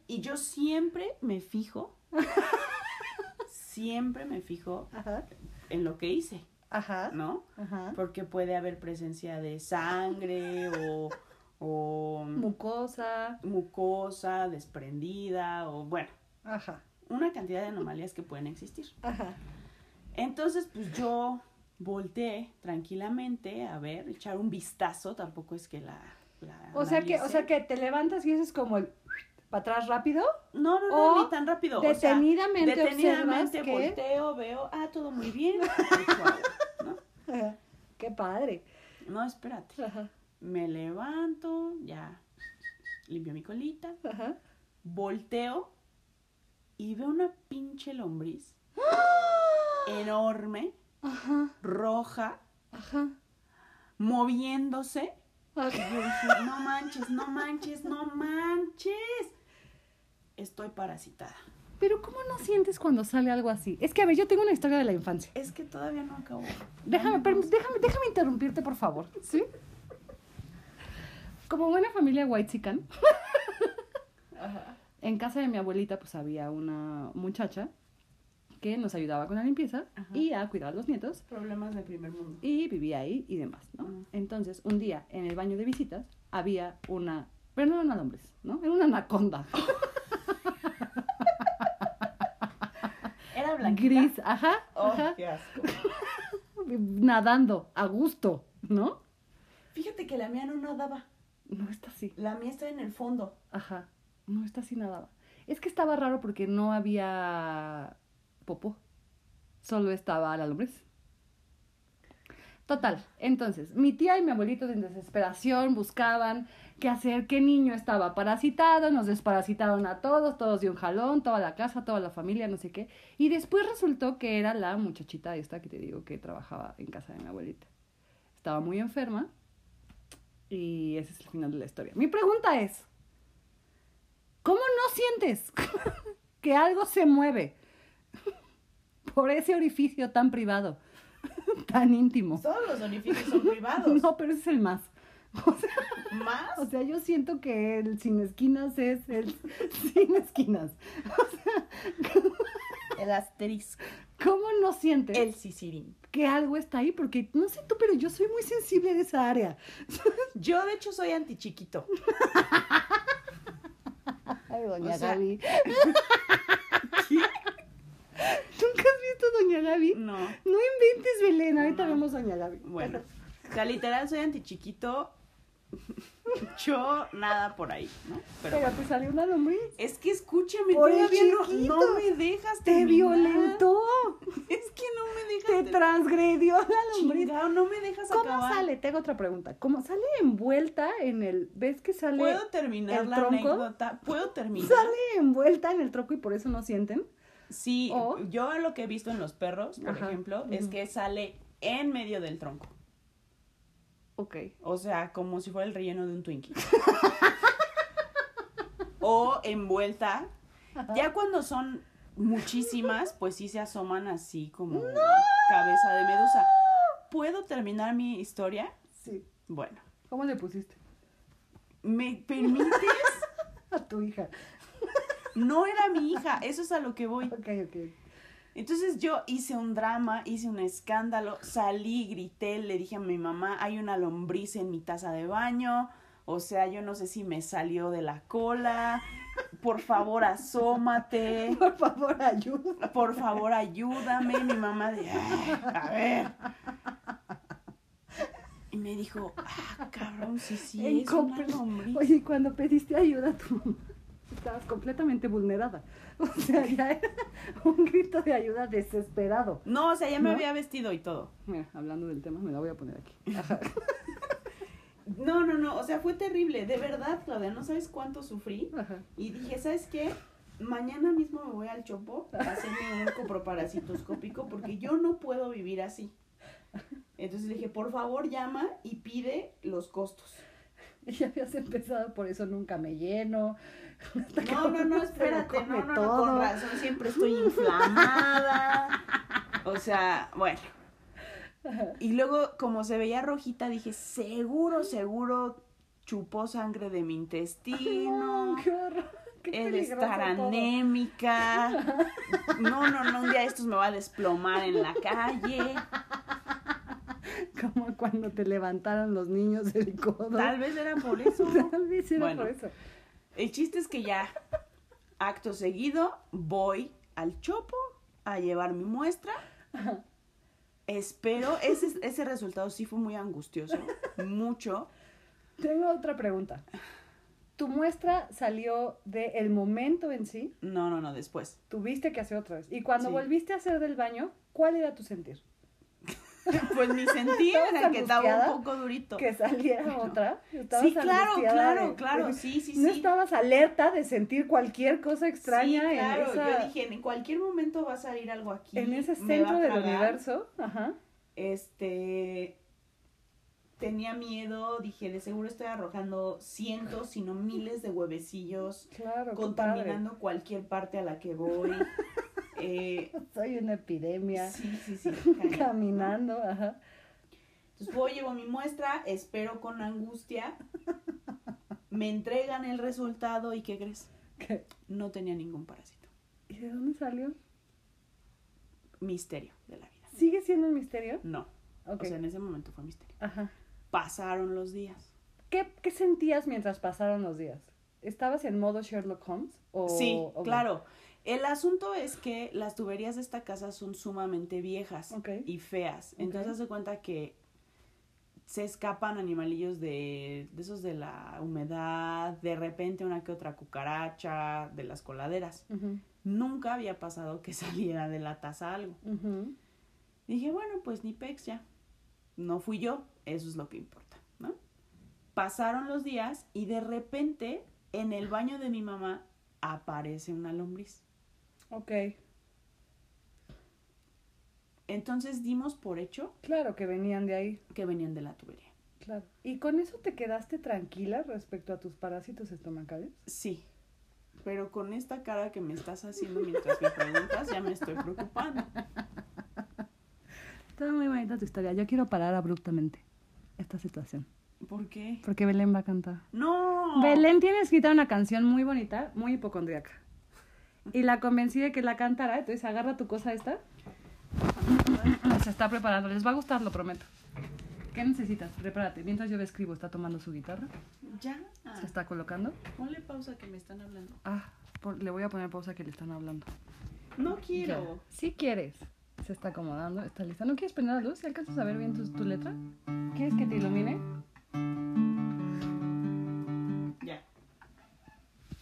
Speaker 2: Y yo siempre me fijo. siempre me fijo
Speaker 1: Ajá.
Speaker 2: en lo que hice,
Speaker 1: Ajá.
Speaker 2: ¿no?
Speaker 1: Ajá.
Speaker 2: Porque puede haber presencia de sangre o, o
Speaker 1: Mucosa.
Speaker 2: mucosa desprendida o bueno,
Speaker 3: Ajá,
Speaker 2: una cantidad de anomalías que pueden existir.
Speaker 3: ajá.
Speaker 2: Entonces, pues yo volteé tranquilamente a ver, echar un vistazo, tampoco es que la... la
Speaker 3: O sea que, o
Speaker 2: analice.
Speaker 3: sea que te levantas y haces como el para atrás rápido,
Speaker 2: No, no, no,
Speaker 3: o
Speaker 2: ni tan rápido. o sea,
Speaker 3: detenidamente,
Speaker 2: detenidamente
Speaker 3: observas que...
Speaker 2: volteo, veo, ah, todo muy bien. <laughs> Echo agua, ¿no?
Speaker 3: Ajá. Qué padre.
Speaker 2: no, espérate.
Speaker 3: Ajá,
Speaker 2: Me levanto, ya limpio mi colita,
Speaker 3: ajá.
Speaker 2: volteo y veo una pinche lombriz
Speaker 3: ¡Ah!
Speaker 2: enorme,
Speaker 3: Ajá,
Speaker 2: roja,
Speaker 3: ajá.
Speaker 2: moviéndose. Y
Speaker 3: ajá.
Speaker 2: yo dije, no manches, no manches, no manches. Estoy parasitada.
Speaker 1: Pero ¿cómo no sientes cuando sale algo así? Es que, a ver, yo tengo una historia de la infancia.
Speaker 2: Es que todavía no acabó. Ah,
Speaker 1: Déjame, perm- déjame, déjame interrumpirte, por favor. ¿Sí? Como buena familia white <laughs> en casa de mi abuelita, pues había una muchacha que nos ayudaba con la limpieza
Speaker 2: Ajá.
Speaker 1: y a cuidar a los nietos.
Speaker 2: Problemas del primer mundo.
Speaker 1: y vivía ahí y demás, ¿no?
Speaker 2: Ujú.
Speaker 1: Entonces, un día en el baño de visitas había una, pero no era una lombriz, ¿no? Era una anaconda
Speaker 2: Era blanquita.
Speaker 1: gris, ajá,
Speaker 2: Oh,
Speaker 1: ajá,
Speaker 2: qué asco.
Speaker 1: nadando a gusto, ¿no?
Speaker 2: Fíjate que la mía no nadaba.
Speaker 1: No está así,
Speaker 2: La mía está en el fondo.
Speaker 1: ajá, no está así nadaba. Es que estaba raro porque no había popó, solo estaba la lombriz. Total, entonces, mi tía y mi abuelito en desesperación buscaban qué hacer, qué niño estaba parasitado, nos desparasitaron a todos, todos de un jalón, toda la casa, toda la familia, no sé qué. Y después resultó que era la muchachita esta que te digo que trabajaba en casa de mi abuelita. Estaba muy enferma y ese es el final de la historia. Mi pregunta es, ¿cómo no sientes <laughs> que algo se mueve <laughs> por ese orificio tan privado, <laughs> tan íntimo?
Speaker 2: Todos los orificios son privados.
Speaker 1: No, pero ese es el más.
Speaker 2: Más.
Speaker 1: O sea, yo siento que el sin esquinas es el <laughs> sin esquinas.
Speaker 2: El asterisco.
Speaker 1: ¿Cómo no sientes
Speaker 2: El sisirín.
Speaker 1: que algo está ahí? Porque no sé tú, pero yo soy muy sensible de esa área.
Speaker 2: Yo, de hecho, soy antichiquito.
Speaker 1: Ay,
Speaker 2: doña Gaby.
Speaker 1: <laughs> ¿Nunca has visto Doña Gaby?
Speaker 2: No.
Speaker 1: No inventes, Belén. Ahorita
Speaker 2: Mm. No.
Speaker 1: vemos Doña Gaby.
Speaker 2: Bueno. O sea, literal, soy antichiquito. Yo, nada por ahí, ¿no? Pero,
Speaker 1: Pero
Speaker 2: bueno.
Speaker 1: te salió una lombriz.
Speaker 2: Es que escúchame,
Speaker 1: Por el
Speaker 2: todavía no,
Speaker 1: chiquito.
Speaker 2: no me dejas
Speaker 1: Te
Speaker 2: terminar.
Speaker 1: violentó.
Speaker 2: <laughs> Es que no me dejas
Speaker 1: Te
Speaker 2: terminar.
Speaker 1: transgredió la lombriz.
Speaker 2: Chingao, no me dejas
Speaker 1: ¿Cómo
Speaker 2: acabar.
Speaker 1: sale? Tengo otra pregunta. ¿Cómo sale envuelta en el... ¿Ves que sale...?
Speaker 2: ¿Puedo terminar
Speaker 1: el
Speaker 2: la
Speaker 1: tronco?
Speaker 2: anécdota? ¿Puedo terminar?
Speaker 1: Sale envuelta en el troco y por eso no sienten.
Speaker 2: Sí,
Speaker 1: O-
Speaker 2: yo lo que he visto en los perros, por
Speaker 1: Ajá.
Speaker 2: ejemplo, es
Speaker 1: Ujú.
Speaker 2: que sale en medio del tronco.
Speaker 1: Ok.
Speaker 2: O sea, como si fuera el relleno de un
Speaker 1: <laughs>
Speaker 2: Twinkie. o envuelta. Ya cuando son muchísimas, pues sí se asoman así como cabeza de medusa. ¿Puedo terminar mi historia?
Speaker 1: Sí.
Speaker 2: Bueno,
Speaker 1: ¿Cómo le pusiste
Speaker 2: ¿me permites?
Speaker 1: a tu hija?
Speaker 2: No era mi hija, eso es a lo que voy.
Speaker 1: Ok, ok.
Speaker 2: Entonces yo hice un drama, hice un escándalo, salí, grité, le dije a mi mamá, hay una lombriz en mi taza de baño, o sea, yo no sé si me salió de la cola, por favor asómate,
Speaker 1: Por favor, ayuda.
Speaker 2: por favor ayúdame, mi mamá de, "Ay, a ver. Y me dijo, ah, cabrón, sí, sí, es una
Speaker 1: Incompre-
Speaker 2: lombriz.
Speaker 1: Oye, ¿y cuando pediste ayuda a tu mamá, estabas completamente vulnerada. O sea, ya era un grito de ayuda desesperado.
Speaker 2: No, o sea, ya me
Speaker 1: ¿No?
Speaker 2: había vestido y todo.
Speaker 1: Mira, hablando del tema, me la voy a poner aquí.
Speaker 2: No, no, no, o sea, fue terrible, de verdad, Claudia, no sabes cuánto sufrí.
Speaker 1: Ajá.
Speaker 2: Y dije, ¿sabes qué? Mañana mismo me voy al chopo a hacerme un coproparasitoscópico porque yo no puedo vivir así. Entonces le dije, por favor llama y pide los costos.
Speaker 1: Y ya habías empezado, por eso nunca me lleno. Hasta que
Speaker 2: No, no, no,
Speaker 1: se lo
Speaker 2: espérate, no,
Speaker 1: come
Speaker 2: no, no,
Speaker 1: todo.
Speaker 2: con razón, siempre estoy inflamada. O sea, bueno. Y luego, como se veía rojita, dije, seguro, seguro chupó sangre de mi
Speaker 1: Ay,
Speaker 2: intestino.
Speaker 1: no, qué horror. Qué
Speaker 2: el
Speaker 1: peligroso
Speaker 2: estar
Speaker 1: todo.
Speaker 2: anémica. No, no, no, un día de estos me va a desplomar en la calle.
Speaker 1: Como cuando te levantaron los niños del codo.
Speaker 2: Tal vez era por eso.
Speaker 1: <laughs> Tal vez era
Speaker 2: Bueno.
Speaker 1: por eso.
Speaker 2: El chiste es que ya Acto seguido, voy al chopo a llevar mi muestra. Espero, ese, ese resultado sí fue muy angustioso, mucho.
Speaker 1: Tengo otra pregunta. ¿Tu muestra salió del el momento en sí?
Speaker 2: No, no, no, después.
Speaker 1: Tuviste que hacer otra vez. Y cuando
Speaker 2: Sí.
Speaker 1: volviste a hacer del baño, ¿cuál era tu sentir?
Speaker 2: Pues mi sentir era
Speaker 1: ¿Estabas
Speaker 2: que estaba
Speaker 1: angustiada?
Speaker 2: un poco durito.
Speaker 1: ¿Que saliera
Speaker 2: Bueno.
Speaker 1: otra? ¿Estabas
Speaker 2: Sí, claro,
Speaker 1: angustiada
Speaker 2: claro,
Speaker 1: de-
Speaker 2: claro,
Speaker 1: de-
Speaker 2: sí, sí,
Speaker 1: ¿No
Speaker 2: sí.
Speaker 1: estabas alerta de sentir cualquier cosa extraña
Speaker 2: sí, claro,
Speaker 1: en, esa-
Speaker 2: yo dije, en cualquier momento va a salir algo aquí.
Speaker 1: en ese
Speaker 2: me va a
Speaker 1: centro del
Speaker 2: tragar".
Speaker 1: universo? Ajá.
Speaker 2: Este tenía miedo, dije, de seguro estoy arrojando cientos, sino miles de huevecillos,
Speaker 1: Claro, qué
Speaker 2: contaminando cualquier parte a la que voy.
Speaker 1: <laughs>
Speaker 2: Eh,
Speaker 1: padre. Soy una epidemia.
Speaker 2: sí, sí,
Speaker 1: <laughs>
Speaker 2: sí. cañón, ¿no?
Speaker 1: Caminando, ajá.
Speaker 2: Entonces voy, llevo mi muestra, espero con angustia. Me entregan el resultado y ¿qué crees?
Speaker 1: ¿Qué?
Speaker 2: No tenía ningún parásito.
Speaker 1: ¿Y de dónde salió?
Speaker 2: Misterio de la vida.
Speaker 1: ¿Sigue siendo un misterio?
Speaker 2: No.
Speaker 1: Ok.
Speaker 2: O sea, en ese momento fue misterio.
Speaker 1: Ajá.
Speaker 2: Pasaron los días.
Speaker 1: ¿Qué, qué sentías mientras pasaron los días? ¿Estabas en modo Sherlock Holmes? O,
Speaker 2: sí,
Speaker 1: o-
Speaker 2: claro. El asunto es que las tuberías de esta casa son sumamente viejas
Speaker 1: Ok.
Speaker 2: y feas. Entonces
Speaker 1: Ok.
Speaker 2: haz de cuenta que se escapan animalillos de, de esos de la humedad, de repente una que otra cucaracha, de las coladeras.
Speaker 1: Ujú,
Speaker 2: Nunca había pasado que <laughs> saliera de la taza algo.
Speaker 1: ujú.
Speaker 2: Dije, bueno, pues ni pex ya. No fui yo, eso es lo que importa, ¿no? Pasaron los días y de repente en el baño de mi mamá aparece una lombriz.
Speaker 1: Ok.
Speaker 2: Entonces dimos por hecho
Speaker 1: Claro que venían de ahí.
Speaker 2: que venían de la tubería.
Speaker 1: Claro. ¿Y con eso te quedaste tranquila respecto a tus parásitos estomacales?
Speaker 2: Sí, pero con esta cara que me estás haciendo mientras me preguntas, ya me estoy preocupando.
Speaker 1: Está muy bonita tu historia. Yo quiero parar abruptamente esta situación.
Speaker 2: ¿Por qué?
Speaker 1: Porque Belén va a cantar.
Speaker 2: ¡No!
Speaker 1: Belén tiene escrita una canción muy bonita, muy hipocondriaca. Y la convencí de que la cantara, entonces agarra tu cosa esta. Se está preparando, les va a gustar, lo prometo. ¿Qué necesitas? Prepárate. Mientras yo le escribo, está tomando su guitarra,
Speaker 2: Ya.
Speaker 1: se está colocando.
Speaker 2: Ponle pausa que me están hablando.
Speaker 1: Ah, por- le voy a poner pausa que le están hablando.
Speaker 2: No
Speaker 1: Si
Speaker 2: quiero.
Speaker 1: Sí quieres. Se está acomodando, está lista. ¿No quieres prender la luz? ¿Alcanzas a ver bien tu, tu letra? ¿Quieres que te ilumine?
Speaker 2: Ya.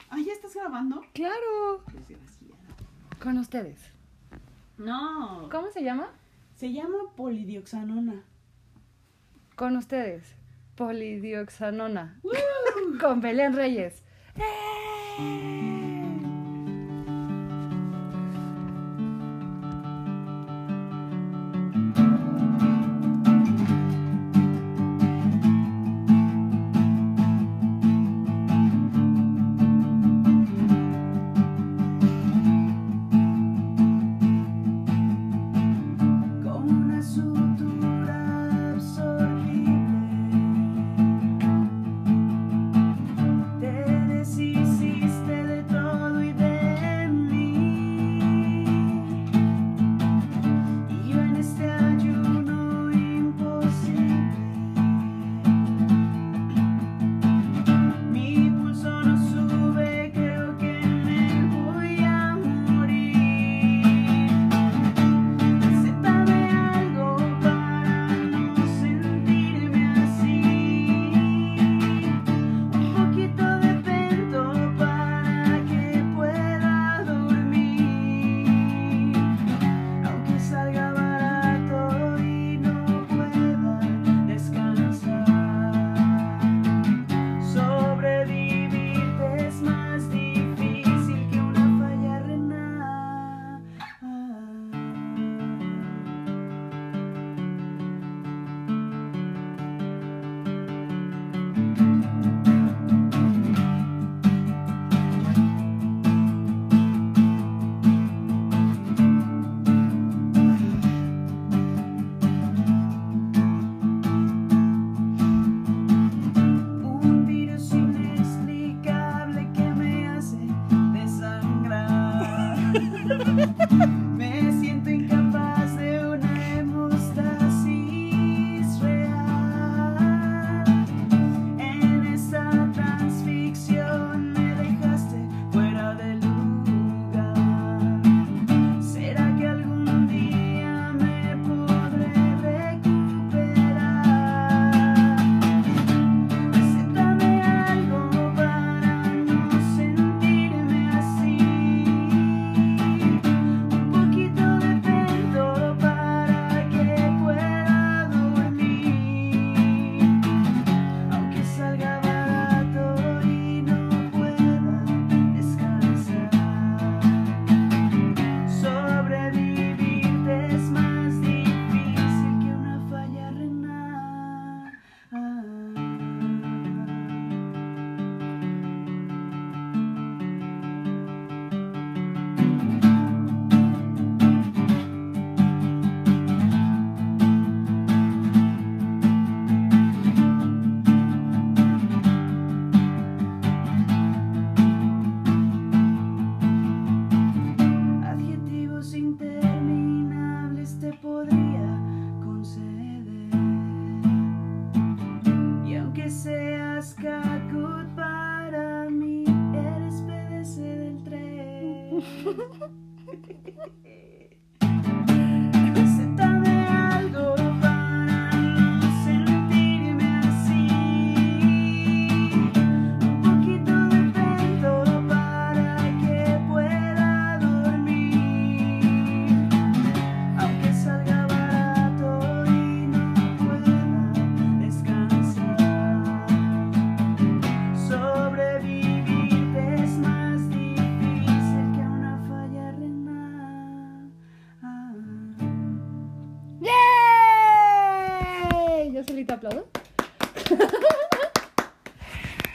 Speaker 2: Ah, ¿ya estás grabando?
Speaker 1: ¡Claro!
Speaker 2: Desgraciada.
Speaker 1: Con ustedes.
Speaker 2: No.
Speaker 1: ¿Cómo se llama?
Speaker 2: Se llama polidioxanona.
Speaker 1: Con ustedes, Polidioxanona. <laughs> Con Belén Reyes.
Speaker 2: Como una sutura absorbible, te deshiciste de todo y de mí. Y yo en este ayuno imposible, mi pulso no sube, creo que me voy a morir. Sétame algo para no sentirme así Un poquito de pento para que pueda dormir Aunque salga barato y no pueda descansar Sobrevivir es más difícil que una falla renal Un virus inexplicable que me hace desangrar. Me siento incapaz de una hemostasis real. En esa transficción me dejaste fuera de luz. <laughs> Recétame algo para no sentirme así. Un poquito de vento para que pueda dormir. Aunque salga barato y no pueda descansar. Sobrevivir es más difícil que una falla renal. Ah.
Speaker 1: ¡Yay! Yo
Speaker 2: <laughs>
Speaker 1: solita aplaudo.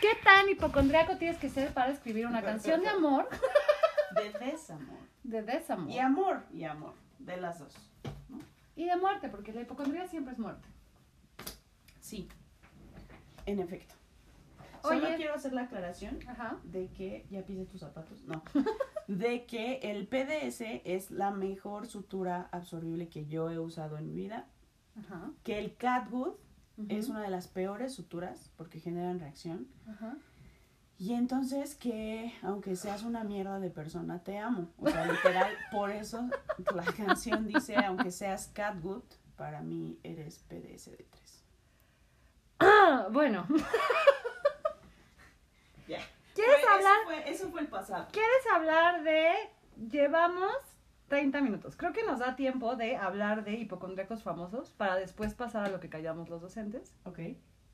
Speaker 1: ¿Qué tan hipocondriaco tienes que ser para escribir una canción de amor
Speaker 2: De desamor.
Speaker 1: de
Speaker 2: Y
Speaker 1: desamor?
Speaker 2: amor, y amor, de las dos.
Speaker 1: Y de muerte, porque la hipocondría siempre es muerte.
Speaker 2: Sí. En efecto.
Speaker 1: Oye.
Speaker 2: Solo quiero hacer la aclaración
Speaker 1: Ajá.
Speaker 2: de que, ya pise tus zapatos, no, <laughs> de que el PDS es la mejor sutura absorbible que yo he usado en mi vida,
Speaker 1: Ajá.
Speaker 2: que el Catwood
Speaker 1: ujú,
Speaker 2: es una de las peores suturas porque generan reacción,
Speaker 1: Ajá.
Speaker 2: Y entonces que, aunque seas una mierda de persona, te amo. O sea,
Speaker 1: <laughs>
Speaker 2: literal, por eso la canción dice, aunque seas Catwood, para mí eres PDSD3.
Speaker 1: Ah, bueno,
Speaker 2: Ya.
Speaker 1: ¿Quieres hablar?
Speaker 2: Eso fue, eso fue el pasado.
Speaker 1: ¿quieres hablar de... Llevamos 30 minutos. Creo que nos da tiempo de hablar de hipocondriacos famosos para después pasar a lo que callamos los docentes
Speaker 2: Ok.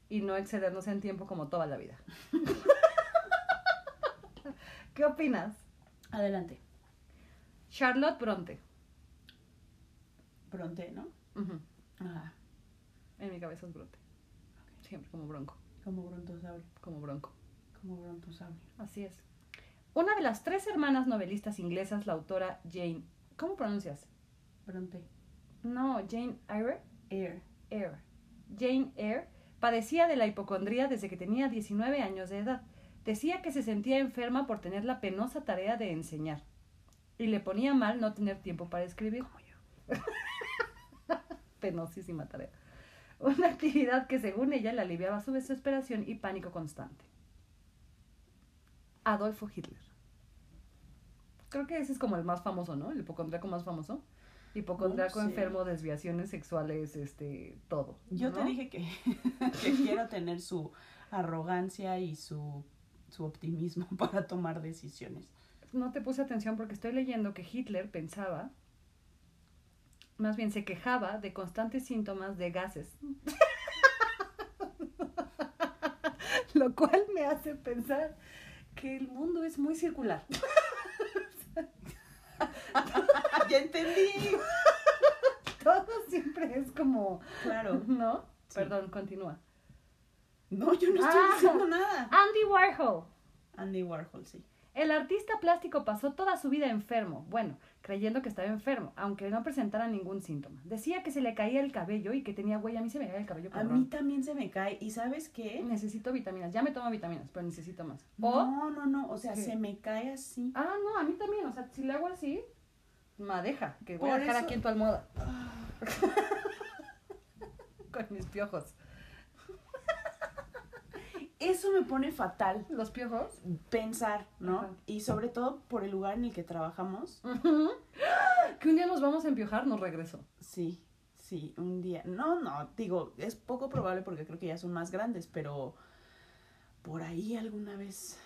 Speaker 1: y no excedernos en tiempo como toda la vida. <laughs> ¿Qué opinas?
Speaker 2: Adelante.
Speaker 1: Charlotte Bronte.
Speaker 2: Bronte, ¿no?
Speaker 1: Ujú,
Speaker 2: Ajá.
Speaker 1: En mi cabeza es Bronte. Siempre como bronco,
Speaker 2: Como brontosaurio.
Speaker 1: como bronco.
Speaker 2: Como brontosaurio.
Speaker 1: Así es. Una de las tres hermanas novelistas inglesas, la autora Jane. ¿Cómo pronuncias?
Speaker 2: Bronte.
Speaker 1: No, Jane Eyre.
Speaker 2: Air.
Speaker 1: Eyre. Jane Eyre padecía de la hipocondría desde que tenía 19 años de edad. Decía que se sentía enferma por tener la penosa tarea de enseñar. Y le ponía mal no tener tiempo para escribir. <laughs> Penosísima tarea. Una actividad que según ella le aliviaba su desesperación y pánico constante. Adolfo Hitler. Creo que ese es como el más famoso, ¿no? El hipocondriaco más famoso. Hipocondriaco
Speaker 2: No sé.
Speaker 1: enfermo, desviaciones sexuales, este, todo.
Speaker 2: Yo te
Speaker 1: ¿no?
Speaker 2: dije que, <laughs> que quiero tener su arrogancia y su, su optimismo <laughs> para tomar decisiones.
Speaker 1: no te puse atención porque estoy leyendo que Hitler pensaba, más bien se quejaba de constantes síntomas de gases. <laughs> Lo cual me hace pensar que el mundo es muy circular.
Speaker 2: <laughs>
Speaker 1: <laughs>
Speaker 2: ¡Ya entendí!
Speaker 1: Todo siempre es como,
Speaker 2: Claro.
Speaker 1: ¿no?
Speaker 2: Sí.
Speaker 1: Perdón, continúa.
Speaker 2: No, yo no estoy
Speaker 1: Ah.
Speaker 2: diciendo nada.
Speaker 1: Andy Warhol.
Speaker 2: Andy Warhol, sí.
Speaker 1: El artista plástico pasó toda su vida enfermo, bueno, creyendo que estaba enfermo, aunque no presentara ningún síntoma. Decía que se le caía el cabello y que tenía huella. A mí se me caía el cabello.
Speaker 2: A
Speaker 1: cabrón.
Speaker 2: mí también se me cae. ¿Y sabes qué?
Speaker 1: Necesito vitaminas. Ya me tomo vitaminas, pero necesito más. O,
Speaker 2: No, no, no. O sea,
Speaker 1: ¿Qué?
Speaker 2: se me cae así.
Speaker 1: ah, no, a mí también. O sea, si le hago así, madeja, que voy a
Speaker 2: Por
Speaker 1: dejar
Speaker 2: eso- Ah.
Speaker 1: aquí en tu almohada. <laughs> Con mis piojos.
Speaker 2: Eso me pone fatal
Speaker 1: ¿Los piojos?
Speaker 2: pensar, ¿no?
Speaker 1: Ajá.
Speaker 2: Y sobre todo por el lugar en el que trabajamos.
Speaker 1: Ujú. que un día nos vamos a empiojar, nos regreso.
Speaker 2: Sí, sí, un día. No, no, digo, es poco probable porque creo que ya son más grandes, pero por ahí alguna vez,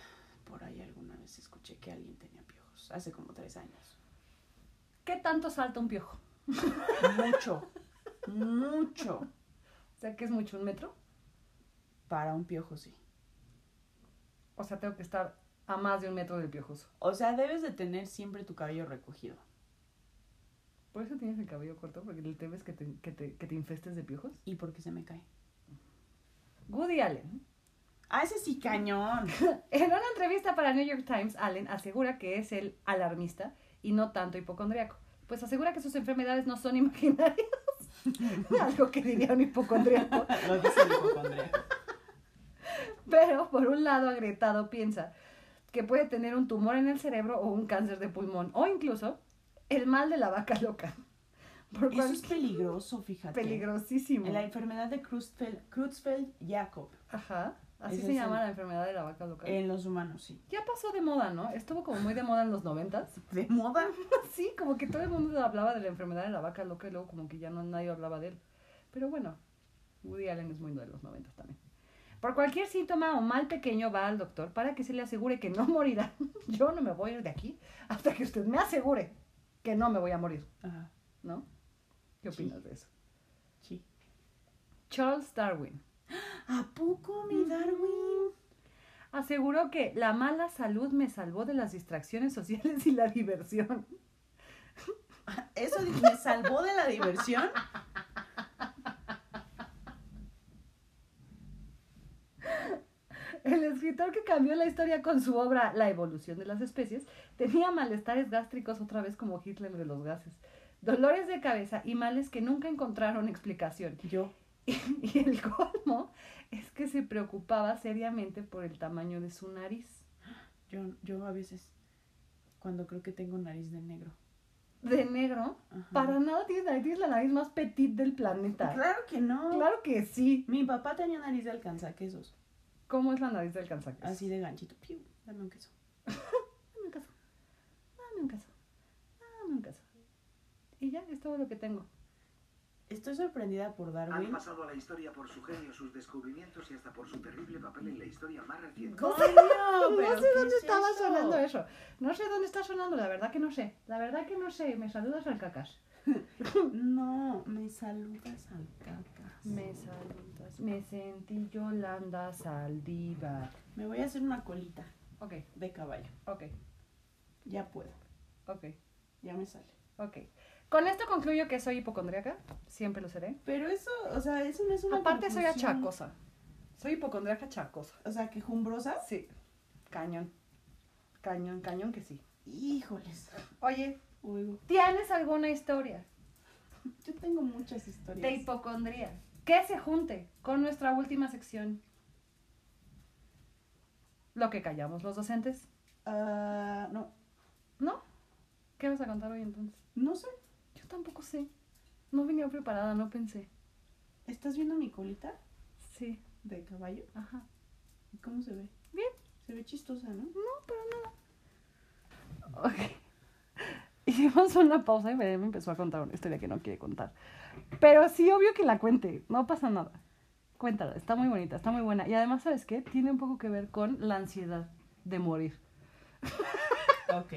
Speaker 2: por ahí alguna vez escuché que alguien tenía piojos. Hace como tres años.
Speaker 1: ¿Qué tanto salta un piojo?
Speaker 2: Mucho, mucho.
Speaker 1: O sea, que es mucho un metro.
Speaker 2: Para un piojo, sí.
Speaker 1: O sea, tengo que estar a más de un metro del piojoso.
Speaker 2: O sea, debes de tener siempre tu cabello recogido.
Speaker 1: Por eso tienes el cabello corto, porque el tema es que te, que te- que te infestes de piojos.
Speaker 2: ¿Y por qué se me cae?
Speaker 1: Woody Allen
Speaker 2: Ah, ese sí, cañón.
Speaker 1: En una entrevista para New York Times, Allen asegura que es el alarmista y no tanto hipocondriaco. Pues asegura que sus enfermedades no son imaginarias. <laughs> Algo que diría un hipocondriaco.
Speaker 2: <laughs> Lo dice el hipocondríaco.
Speaker 1: Pero por un lado, agrietado piensa que puede tener un tumor en el cerebro o un cáncer de pulmón o incluso el mal de la vaca loca. Por
Speaker 2: Eso es
Speaker 1: cual-
Speaker 2: peligroso, fíjate.
Speaker 1: peligrosísimo.
Speaker 2: La enfermedad de Creutzfeldt, Creutzfeldt-Jacob.
Speaker 1: Ajá. Así
Speaker 2: Ese
Speaker 1: se
Speaker 2: es
Speaker 1: llama
Speaker 2: el-
Speaker 1: la enfermedad de la vaca loca.
Speaker 2: En los humanos, sí.
Speaker 1: Ya pasó de moda, ¿no? Estuvo como muy de moda en los noventas. <laughs>
Speaker 2: ¿De moda?
Speaker 1: Sí, como que todo el mundo hablaba de la enfermedad de la vaca loca y luego como que ya no nadie hablaba de él. Pero bueno, Woody Allen es muy de los 90 también. Por cualquier síntoma o mal pequeño va al doctor para que se le asegure que no <laughs> morirá. Yo no me voy a ir de aquí hasta que usted me asegure que no me voy a morir,
Speaker 2: Ajá,
Speaker 1: ¿no? ¿Qué
Speaker 2: Sí.
Speaker 1: opinas de eso?
Speaker 2: sí.
Speaker 1: Charles Darwin
Speaker 2: ¿A poco, mi Darwin?
Speaker 1: aseguró que la mala salud me salvó de las distracciones sociales y la diversión.
Speaker 2: ¿Eso me salvó de la diversión?
Speaker 1: El escritor que cambió la historia con su obra La evolución de las especies tenía malestares gástricos otra vez como Hitler de los gases, dolores de cabeza y males que nunca encontraron explicación. <laughs>
Speaker 2: Yo.
Speaker 1: Y el colmo es que se preocupaba seriamente por el tamaño de su nariz.
Speaker 2: Yo, yo a veces, cuando creo que tengo nariz de negro.
Speaker 1: De negro,
Speaker 2: Ajá.
Speaker 1: para nada tienes nariz, tienes la nariz más petit del planeta.
Speaker 2: Claro que no.
Speaker 1: Claro que sí.
Speaker 2: Mi papá tenía nariz de alcanzaquesos.
Speaker 1: ¿Cómo es la nariz del cansaqueso?
Speaker 2: Así de ganchito. Piu, dame un queso.
Speaker 1: Dame un caso. Dame un caso. Dame un caso. Y ya, es todo lo que tengo.
Speaker 2: Estoy sorprendida por
Speaker 4: Han
Speaker 2: Darwin.
Speaker 4: pasado a la historia por su genio, sus descubrimientos y hasta por su terrible papel en la historia más reciente.
Speaker 2: ¿Cómo?
Speaker 1: No sé dónde estaba sonando eso. No sé dónde está sonando, la verdad que no sé. La verdad que no sé. Me saludas al cacas.
Speaker 2: No, me saludas al cacas.
Speaker 1: Me saludas. Me sentí Yolanda Saldívar.
Speaker 2: Me voy a hacer una colita
Speaker 1: Ok,
Speaker 2: de caballo.
Speaker 1: ok,
Speaker 2: Ya puedo.
Speaker 1: ok,
Speaker 2: Ya me sale.
Speaker 1: ok. Con esto concluyo que soy hipocondríaca. Siempre lo seré.
Speaker 2: Pero eso, o sea, eso no es una
Speaker 1: Aparte soy
Speaker 2: conclusión.
Speaker 1: achacosa. Soy hipocondríaca achacosa.
Speaker 2: O sea, quejumbrosa.
Speaker 1: Sí. Cañón. Cañón, cañón que sí.
Speaker 2: Híjoles.
Speaker 1: Oye,
Speaker 2: Oigo.
Speaker 1: ¿tienes alguna historia?
Speaker 2: Yo tengo muchas historias.
Speaker 1: de hipocondría que se junte con nuestra última sección. Lo que callamos los docentes,
Speaker 2: Ah, no,
Speaker 1: ¿no? ¿Qué vas a contar hoy entonces?
Speaker 2: no sé.
Speaker 1: Yo tampoco sé. No venía preparada, no pensé.
Speaker 2: ¿Estás viendo mi colita
Speaker 1: Sí,
Speaker 2: de caballo?
Speaker 1: ajá.
Speaker 2: ¿Y cómo se ve?
Speaker 1: Bien.
Speaker 2: Se ve chistosa, ¿no?
Speaker 1: Ok. <laughs> Hicimos una pausa y me me empezó a contar una historia que no quiere contar. Pero sí, obvio que la cuente, no pasa nada. Cuéntala, está muy bonita, está muy buena. Y además, ¿sabes qué? Tiene un poco que ver con la ansiedad de morir.
Speaker 2: Ok.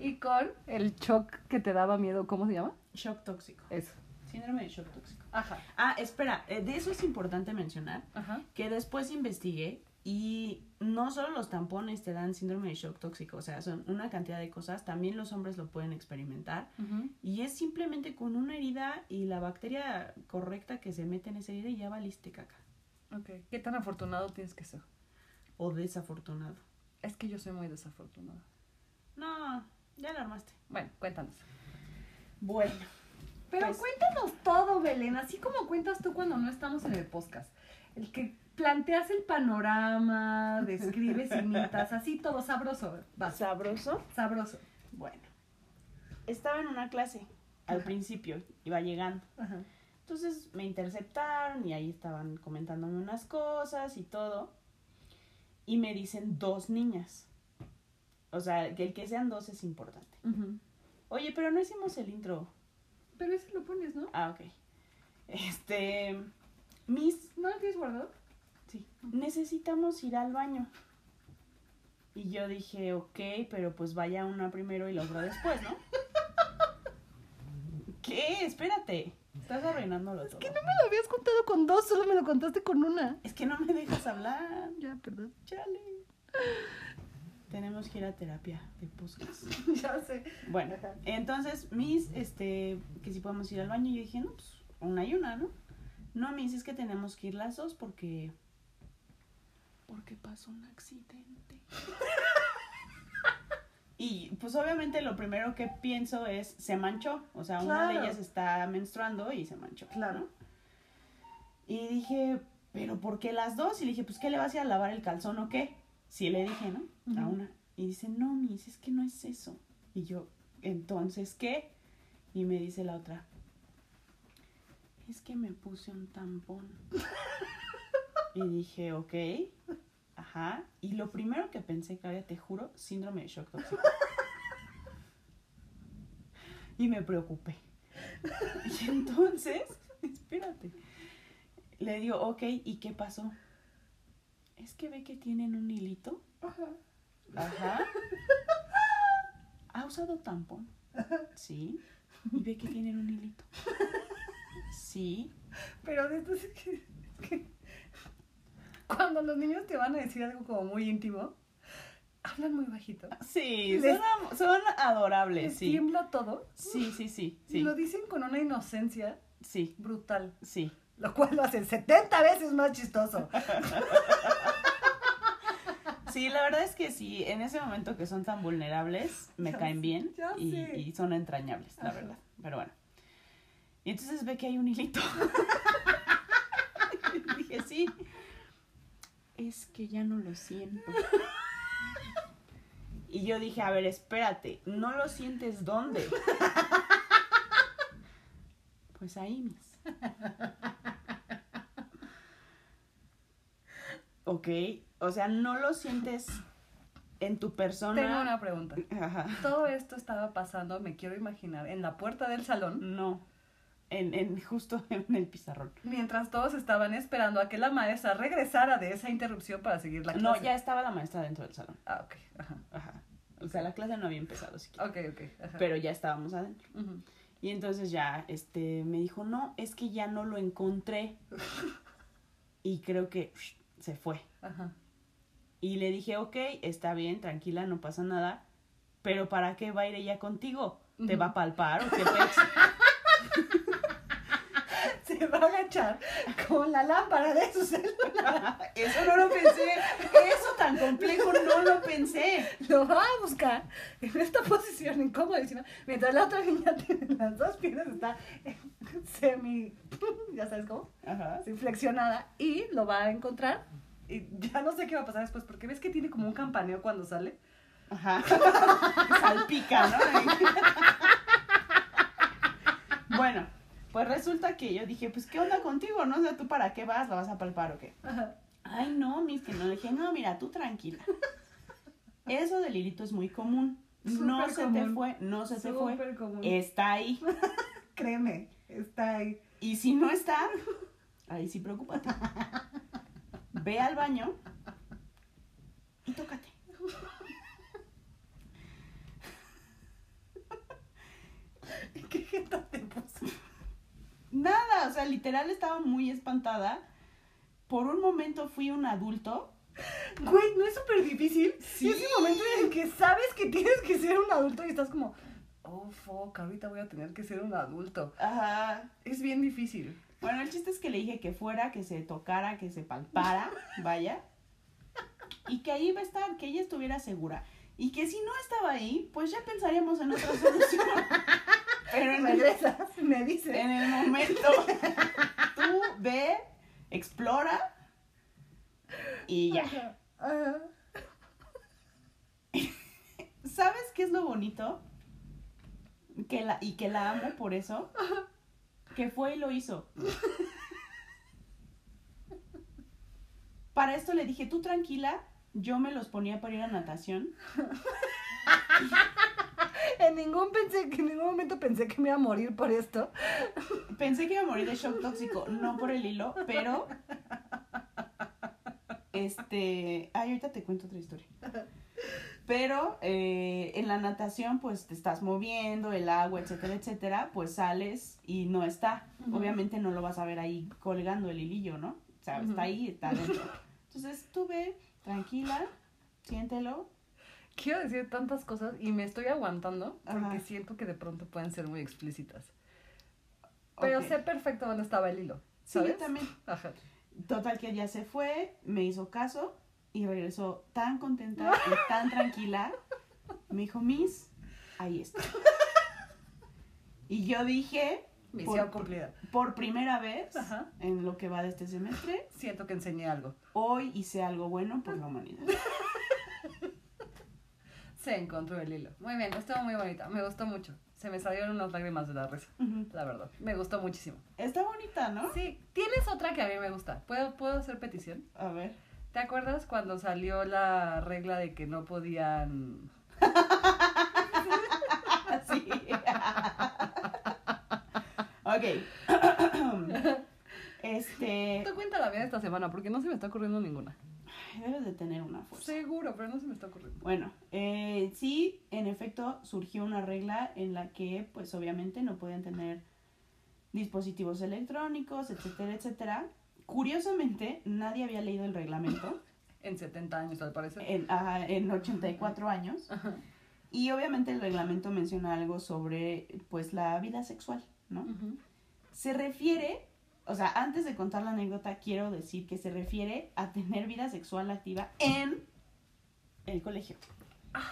Speaker 1: Y con el shock que te daba miedo, ¿cómo se llama?
Speaker 2: Shock tóxico.
Speaker 1: Eso.
Speaker 2: Síndrome de shock tóxico.
Speaker 1: Ajá.
Speaker 2: Ah, espera, eh, de eso es importante mencionar
Speaker 1: Ajá.
Speaker 2: que después investigué y no solo los tampones te dan síndrome de shock tóxico, o sea, son una cantidad de cosas, también los hombres lo pueden experimentar y es simplemente con una herida y la bacteria correcta que se mete en esa herida y ya valiste caca
Speaker 1: Ok. ¿Qué tan afortunado tienes que ser?
Speaker 2: o desafortunado.
Speaker 1: Es que yo soy muy desafortunada.
Speaker 2: No, ya la armaste.
Speaker 1: Bueno, cuéntanos.
Speaker 2: Bueno,
Speaker 1: Pero
Speaker 2: Pues-
Speaker 1: cuéntanos todo, Belén, así como cuentas tú cuando no estamos en el podcast. El que planteas el panorama, <laughs> describes, imitas, así todo sabroso. Vas.
Speaker 2: sabroso.
Speaker 1: Sabroso.
Speaker 2: Bueno, estaba en una clase al principio, iba llegando.
Speaker 1: Ajá.
Speaker 2: Entonces me interceptaron y ahí estaban comentándome unas cosas y todo. Y me dicen dos niñas. O sea, que el que sean dos es importante. Oye, pero no hicimos el intro.
Speaker 1: Pero ese lo pones, ¿no?
Speaker 2: Ah, ok. Este. Miss,
Speaker 1: ¿No lo tienes guardado?
Speaker 2: sí, necesitamos ir al baño. Y yo dije, ok, pero pues vaya una primero y la otra después, ¿no? ¿Qué? Espérate. Estás arruinándolo todo.
Speaker 1: Me lo habías contado con dos, solo me lo contaste con una.
Speaker 2: Es que no me dejas hablar.
Speaker 1: Ya, perdón.
Speaker 2: Chale. Tenemos que ir a terapia de podcast.
Speaker 1: <laughs> ya sé.
Speaker 2: Bueno, entonces, mis, este, que si podemos ir al baño, yo dije, no, pues, una y una, ¿no? No, mis, es que tenemos que ir las dos porque. Porque pasó un
Speaker 1: <laughs>
Speaker 2: accidente. Y pues obviamente lo primero que pienso es se manchó, o sea, una de
Speaker 1: Claro.
Speaker 2: ellas está menstruando y se manchó.
Speaker 1: Claro.
Speaker 2: ¿no? Y dije, pero ¿por qué las dos? Y le dije, pues ¿qué le vas a ir a lavar el calzón o qué? Sí le dije, ¿no? A
Speaker 1: Ujú.
Speaker 2: una. Y dice, no, mis, es que no es eso. Y yo, entonces, ¿qué? Y me dice la otra, es que me puse un tampón. Y dije, ok, ajá. Y lo primero que pensé, Claudia, te juro, síndrome de shock tóxico. Y me preocupé. Y entonces, <laughs> espérate, le digo, ok, ¿y qué pasó? Es que ve que tienen un hilito. Ajá. ¿Ha usado tampón? Sí. Y ve que tienen un hilito. Sí.
Speaker 1: Pero de estos <laughs> es que, es que cuando los niños te van a decir algo como muy íntimo, hablan muy bajito.
Speaker 2: Sí,
Speaker 1: Les-
Speaker 2: son, am- son adorables,
Speaker 1: Les
Speaker 2: sí.
Speaker 1: tiembla todo.
Speaker 2: Sí, sí, sí,
Speaker 1: Y
Speaker 2: sí,
Speaker 1: lo dicen con una inocencia
Speaker 2: sí,
Speaker 1: brutal.
Speaker 2: sí.
Speaker 1: Lo cual lo hacen 70 veces más chistoso.
Speaker 2: Sí, la verdad es que sí, en ese momento que son tan vulnerables, me
Speaker 1: Ya
Speaker 2: caen bien
Speaker 1: ya
Speaker 2: y,
Speaker 1: sé.
Speaker 2: y son entrañables, la
Speaker 1: Ajá.
Speaker 2: verdad. Pero bueno. Y entonces ve que hay un
Speaker 1: <laughs>
Speaker 2: hilito. <laughs> Y dije, sí. Es que ya no lo siento. Y yo dije, a ver, espérate, ¿no lo sientes
Speaker 1: <laughs>
Speaker 2: dónde? Pues ahí, mis. Ok, o sea, no lo sientes en tu
Speaker 1: Tengo
Speaker 2: persona.
Speaker 1: una pregunta.
Speaker 2: Ajá.
Speaker 1: Todo esto estaba pasando, me quiero imaginar, en la puerta del salón,
Speaker 2: No, en, en justo <laughs> en el pizarrón.
Speaker 1: mientras todos estaban esperando a que la maestra regresara de esa interrupción para seguir la
Speaker 2: No,
Speaker 1: clase.
Speaker 2: ya estaba la maestra dentro del salón.
Speaker 1: Ah, ok. Ajá.
Speaker 2: Ajá. O sea, la clase no había empezado siquiera.
Speaker 1: Ok, ok. Ajá.
Speaker 2: Pero ya estábamos adentro.
Speaker 1: Ujú.
Speaker 2: Y entonces ya este, me dijo, no, es que ya no lo encontré. y creo que se fue.
Speaker 1: Ajá.
Speaker 2: Y le dije, ok, está bien, tranquila, no pasa nada. Pero ¿para qué va a ir ella contigo? ¿Te va a palpar o qué pex?"
Speaker 1: Se va a agachar con la lámpara de su celular.
Speaker 2: Eso no lo pensé. Eso tan complejo no lo pensé.
Speaker 1: Lo va a buscar en esta posición incómodísima, mientras la otra niña tiene las dos piernas, está en semi, ya sabes cómo,
Speaker 2: Ajá.
Speaker 1: así flexionada, y lo va a encontrar. Y ya no sé qué va a pasar después, porque ves que tiene como un campaneo cuando sale.
Speaker 2: Ajá. <laughs> Salpica, ¿no? Ahí. bueno, pues resulta que yo dije, pues, ¿qué onda contigo? No sé, ¿tú para qué vas? ¿La vas a palpar o qué?
Speaker 1: Ajá.
Speaker 2: Ay, no, mis que no. Le dije, no, mira, tú tranquila. Eso del hilito es muy común. no
Speaker 1: Súper
Speaker 2: se te
Speaker 1: común.
Speaker 2: fue, no <laughs> se te fue.
Speaker 1: Súper común.
Speaker 2: Está ahí.
Speaker 1: Créeme, está ahí.
Speaker 2: Y si no está, ahí sí preocúpate. Ve al baño y tócate.
Speaker 1: ¿Qué jeta te puso?
Speaker 2: Nada, o sea, literal estaba muy espantada. Por un momento fui un adulto.
Speaker 1: Güey, ¿no es súper difícil?
Speaker 2: Sí.
Speaker 1: Sí. Es el momento en el que sabes que tienes que ser un adulto y estás como, oh, fuck, ahorita voy a tener que ser un adulto.
Speaker 2: Ajá.
Speaker 1: Es bien difícil.
Speaker 2: Bueno, el chiste es que le dije que fuera, que se tocara, que se palpara, vaya. Y que ahí iba a estar, que ella estuviera segura. Y que si no estaba ahí, pues ya pensaríamos en otra solución. Pero en el,
Speaker 1: Regresas, me dices.
Speaker 2: en el momento, tú ve, explora y ya.
Speaker 1: Ajá, ajá.
Speaker 2: ¿Sabes qué es lo bonito? Que la, y que la amo por eso. Que fue y lo hizo. Para esto le dije, tú tranquila, yo me los ponía para ir a natación.
Speaker 1: En ningún, pensé, que en ningún momento pensé que me iba a morir por esto.
Speaker 2: Pensé que iba a morir de shock tóxico, no por el hilo, pero... Este... Ay, ahorita te cuento otra historia. Pero eh, en la natación, pues te estás moviendo, el agua, etcétera, etcétera, pues sales y no está.
Speaker 1: Ujú.
Speaker 2: Obviamente no lo vas a ver ahí colgando el hilillo, ¿no? O sea,
Speaker 1: Ujú.
Speaker 2: está ahí, está dentro. Entonces tú ve, tranquila, siéntelo.
Speaker 1: Quiero decir tantas cosas y me estoy aguantando porque
Speaker 2: Ajá.
Speaker 1: siento que de pronto pueden ser muy explícitas. Pero
Speaker 2: Ok.
Speaker 1: sé perfecto dónde estaba el hilo.
Speaker 2: Sí, yo
Speaker 1: ¿Sabes?
Speaker 2: también.
Speaker 1: Ajá.
Speaker 2: Total que ya se fue, me hizo caso y regresó tan contenta
Speaker 1: <laughs>
Speaker 2: y tan tranquila. Me dijo, Miss, ahí está.
Speaker 1: <laughs>
Speaker 2: Y yo dije,
Speaker 1: Misión
Speaker 2: por,
Speaker 1: cumplida.
Speaker 2: por primera vez
Speaker 1: Ajá.
Speaker 2: en lo que va de este semestre,
Speaker 1: Siento que enseñé algo.
Speaker 2: hoy hice algo bueno por la humanidad.
Speaker 1: Se encontró el hilo. Muy bien, estuvo muy bonita. Me gustó mucho. se me salieron unas lágrimas de la risa,
Speaker 2: Ujú.
Speaker 1: la verdad. Me gustó muchísimo.
Speaker 2: Está bonita, ¿no?
Speaker 1: Sí, tienes otra que a mí me gusta. ¿Puedo, puedo hacer petición?
Speaker 2: A
Speaker 1: <laughs>
Speaker 2: ver.
Speaker 1: ¿Te acuerdas cuando salió la regla de que no podían...
Speaker 2: Sí.
Speaker 1: <laughs>
Speaker 2: ok. este.
Speaker 1: Te cuenta la vida esta semana porque no se me está ocurriendo ninguna.
Speaker 2: ay, Debes de tener una fuerza.
Speaker 1: Seguro, pero no se me está ocurriendo.
Speaker 2: Bueno, eh, sí, en efecto, surgió una regla en la que, pues obviamente, no podían tener dispositivos electrónicos, etcétera, etcétera. Curiosamente, nadie había leído el reglamento
Speaker 1: En 70 años, al parecer.
Speaker 2: en, ajá, en 84 años.
Speaker 1: Ajá.
Speaker 2: Y obviamente el reglamento menciona algo sobre, pues, la vida sexual, ¿no?
Speaker 1: Ujú.
Speaker 2: se refiere, o sea, antes de contar la anécdota, quiero decir que se refiere a tener vida sexual activa en el colegio. Ay,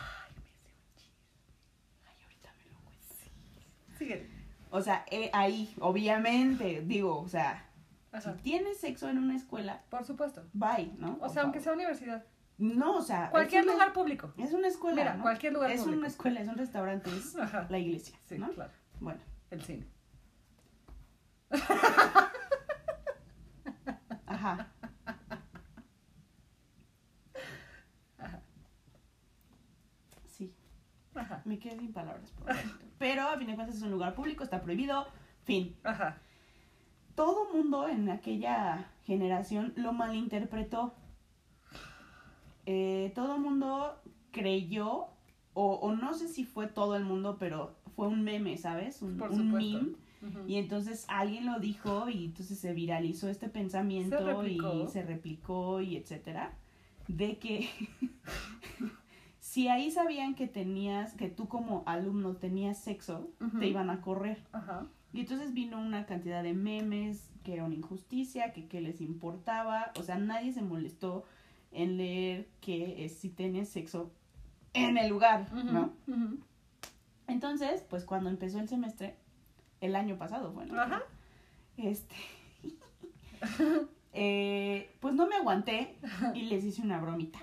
Speaker 2: ahorita me lo cuentas.
Speaker 1: Sigue.
Speaker 2: O sea, eh, ahí, obviamente, digo, o sea,
Speaker 1: Ajá.
Speaker 2: si tienes sexo en una escuela,
Speaker 1: Por supuesto.
Speaker 2: bye, ¿no?
Speaker 1: O
Speaker 2: Por
Speaker 1: sea, aunque
Speaker 2: favor. Ah,
Speaker 1: sea universidad.
Speaker 2: No, o sea...
Speaker 1: Cualquier
Speaker 2: es una-
Speaker 1: lugar público.
Speaker 2: Es una escuela,
Speaker 1: Mira,
Speaker 2: ¿no?
Speaker 1: cualquier lugar
Speaker 2: Es
Speaker 1: público.
Speaker 2: una escuela, es un restaurante, es
Speaker 1: Ajá.
Speaker 2: la iglesia,
Speaker 1: Sí,
Speaker 2: ¿no?
Speaker 1: claro.
Speaker 2: Bueno,
Speaker 1: El cine.
Speaker 2: ajá. Sí.
Speaker 1: Ajá.
Speaker 2: Me quedé sin palabras. por un momento. Pero a fin de cuentas es un lugar público, está prohibido. Fin.
Speaker 1: Ajá.
Speaker 2: Todo mundo en aquella generación lo malinterpretó. Eh, todo mundo creyó, o, o no sé si fue todo el mundo, pero fue un meme, ¿sabes? Un,
Speaker 1: Por
Speaker 2: un
Speaker 1: supuesto.
Speaker 2: meme.
Speaker 1: Ujú.
Speaker 2: Y entonces alguien lo dijo y entonces se viralizó este
Speaker 1: Se
Speaker 2: pensamiento
Speaker 1: replicó.
Speaker 2: y se replicó y etcétera. De que <laughs> si ahí sabían que tenías, que tú como alumno tenías sexo,
Speaker 1: Ujú.
Speaker 2: te iban a correr.
Speaker 1: Ajá.
Speaker 2: Y entonces vino una cantidad de memes, que era una injusticia, que qué les importaba. O sea, nadie se molestó en leer que eh, si tienes sexo en el lugar,
Speaker 1: Ujú.
Speaker 2: ¿no?
Speaker 1: Ujú.
Speaker 2: Entonces, pues cuando empezó el semestre, el año pasado, bueno,
Speaker 1: Ajá.
Speaker 2: este. <laughs> eh, pues no me aguanté y les hice una bromita.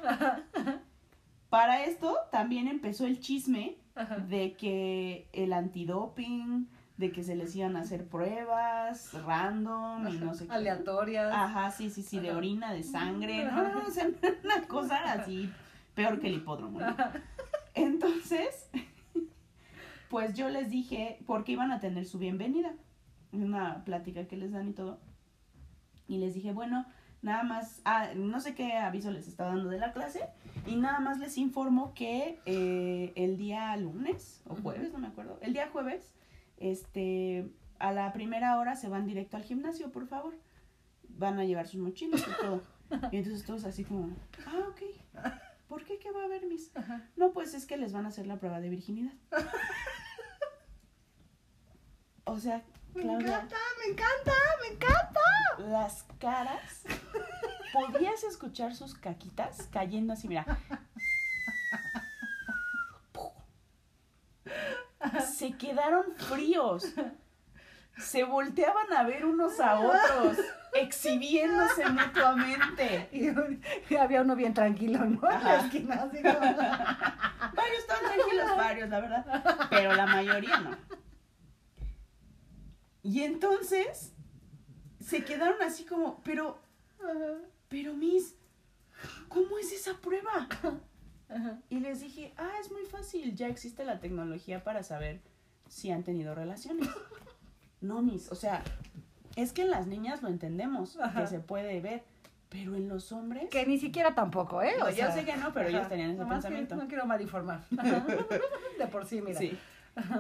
Speaker 2: Para esto también empezó el chisme
Speaker 1: Ajá.
Speaker 2: de que el antidoping, de que se les iban a hacer pruebas random y no sé qué.
Speaker 1: Aleatorias.
Speaker 2: Ajá, sí, sí, sí, de
Speaker 1: Ajá.
Speaker 2: orina, de sangre, no, no, no, o sea, <laughs> una cosa así peor que el hipódromo. ¿no? Entonces, <laughs> pues yo les dije, porque iban a tener su bienvenida, una plática que les dan y todo. Y les dije, bueno, nada más, ah, no sé qué aviso les estaba dando de la clase, y nada más les informo que eh, el día lunes o jueves, no me acuerdo, el día jueves, este, a la primera hora se van directo al gimnasio, por favor. Van a llevar sus mochilas y todo. Y entonces todos así como, ah,
Speaker 1: <laughs>
Speaker 2: ok. ¿Por qué qué va a haber mis?
Speaker 1: Ajá.
Speaker 2: No, pues es que les van a hacer la prueba de
Speaker 1: <laughs>
Speaker 2: virginidad. O sea, Claudia,
Speaker 1: me encanta, me encanta.
Speaker 2: las caras. Podías escuchar sus caquitas cayendo así,
Speaker 1: <laughs>
Speaker 2: mira. Se quedaron fríos. Se volteaban a ver unos a otros, exhibiéndose mutuamente.
Speaker 1: Y, <laughs> y había uno bien tranquilo, ¿no? En la
Speaker 2: Ajá.
Speaker 1: esquina, así como...
Speaker 2: Varios estaban tranquilos, varios, la verdad. Pero la mayoría no. Y entonces se quedaron así como, pero, pero Miss, ¿cómo es esa prueba?
Speaker 1: Ajá.
Speaker 2: Y les dije, ah, es muy fácil, ya existe la tecnología para saber si han tenido relaciones. No, mis, o sea, es que en las niñas lo entendemos,
Speaker 1: Ajá.
Speaker 2: que se puede ver, pero en los hombres...
Speaker 1: Que ni siquiera tampoco, ¿eh? O
Speaker 2: No, yo
Speaker 1: sea,
Speaker 2: sé que no, pero
Speaker 1: ajá.
Speaker 2: ellos tenían ese
Speaker 1: Nomás que
Speaker 2: pensamiento.
Speaker 1: no quiero malinformar. Ajá. <laughs> De por sí, mira.
Speaker 2: Sí.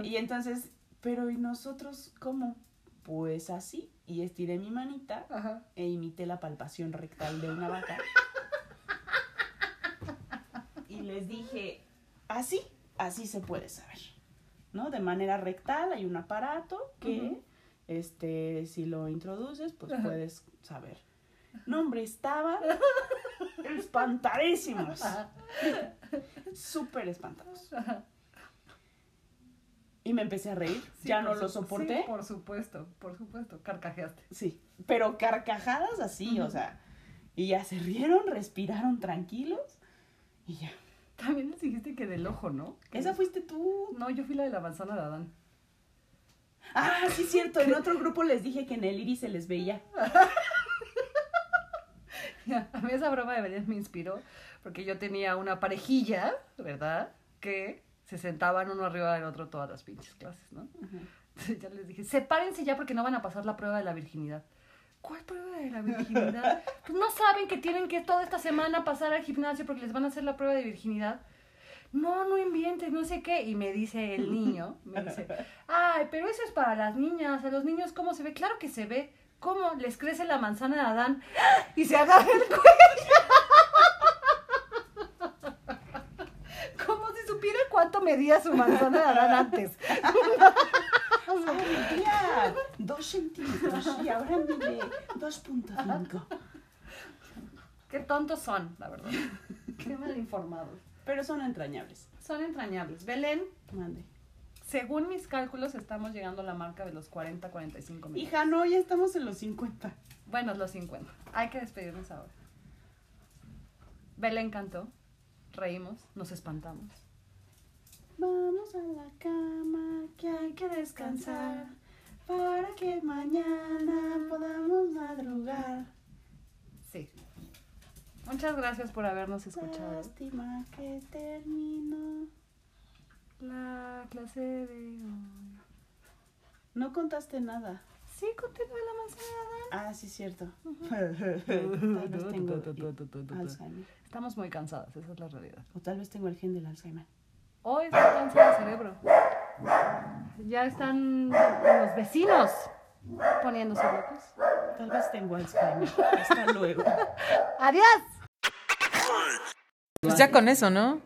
Speaker 2: Y entonces, pero ¿y nosotros cómo? Pues así, y estiré mi manita
Speaker 1: Ajá.
Speaker 2: e imité la palpación rectal de una vaca. Y les dije, así, así se puede saber. ¿No? De manera rectal hay un aparato que
Speaker 1: Ujú.
Speaker 2: este si lo introduces, pues
Speaker 1: Ajá.
Speaker 2: puedes saber. No, hombre,
Speaker 1: <laughs>
Speaker 2: estaban espantadísimos. Súper espantados. Y me empecé a reír.
Speaker 1: Sí,
Speaker 2: ya no
Speaker 1: por
Speaker 2: lo
Speaker 1: su-
Speaker 2: soporté.
Speaker 1: sí, por supuesto, por supuesto. Carcajeaste.
Speaker 2: Sí, pero carcajadas así, o sea. Y ya se rieron, respiraron tranquilos y ya.
Speaker 1: También les dijiste que del ojo, ¿no? Que
Speaker 2: Esa
Speaker 1: les-
Speaker 2: fuiste tú.
Speaker 1: No, yo fui la de la manzana de Adán.
Speaker 2: Ah, sí, cierto. En otro grupo les dije que en el iris se les veía.
Speaker 1: <laughs> A mí esa broma de Belén me inspiró porque yo tenía una parejilla, ¿verdad? Que se sentaban uno arriba del otro todas las pinches clases, ¿no? Entonces <laughs> ya les dije, sepárense ya porque no van a pasar la prueba de la virginidad. ¿Cuál prueba de la virginidad? Pues no saben que tienen que toda esta semana pasar al gimnasio porque les van a hacer la prueba de virginidad. No, no inventes, no sé qué. Y me dice el niño, me dice, ay, pero eso es para las niñas, a los niños, ¿cómo se ve? Claro que se ve. ¿Cómo? Les crece la manzana de Adán y se agarra el cuello. <laughs> Como si supiera cuánto medía su manzana de Adán antes.
Speaker 2: Ay, tía, Ah, dos centímetros y ahora mide 2.5.
Speaker 1: Qué tontos son, la verdad. <laughs> Qué mal informados.
Speaker 2: Pero son entrañables.
Speaker 1: Son entrañables. Belén,
Speaker 2: Mande.
Speaker 1: según mis cálculos, estamos llegando a la marca de los 40, 45 minutos.
Speaker 2: Hija, no, ya estamos en los 50.
Speaker 1: Bueno, los 50. Hay que despedirnos ahora. Belén cantó, reímos, nos espantamos.
Speaker 2: Vamos a la cama que hay que descansar para que mañana podamos madrugar.
Speaker 1: Sí. Muchas gracias por habernos escuchado.
Speaker 2: Lástima que terminó.
Speaker 1: La clase de hoy.
Speaker 2: No contaste nada.
Speaker 1: Sí, contigo de la manzana.
Speaker 2: Ah, sí, cierto. <laughs> tal vez tengo el Alzheimer.
Speaker 1: Estamos muy cansadas, esa es la realidad.
Speaker 2: O tal vez tengo el gen del Alzheimer.
Speaker 1: Hoy está cansado el cerebro. Ya están los vecinos poniéndose locos.
Speaker 2: Tal vez tengo Alzheimer. Hasta luego.
Speaker 1: ¡Adiós!
Speaker 5: Pues ya con eso, ¿no?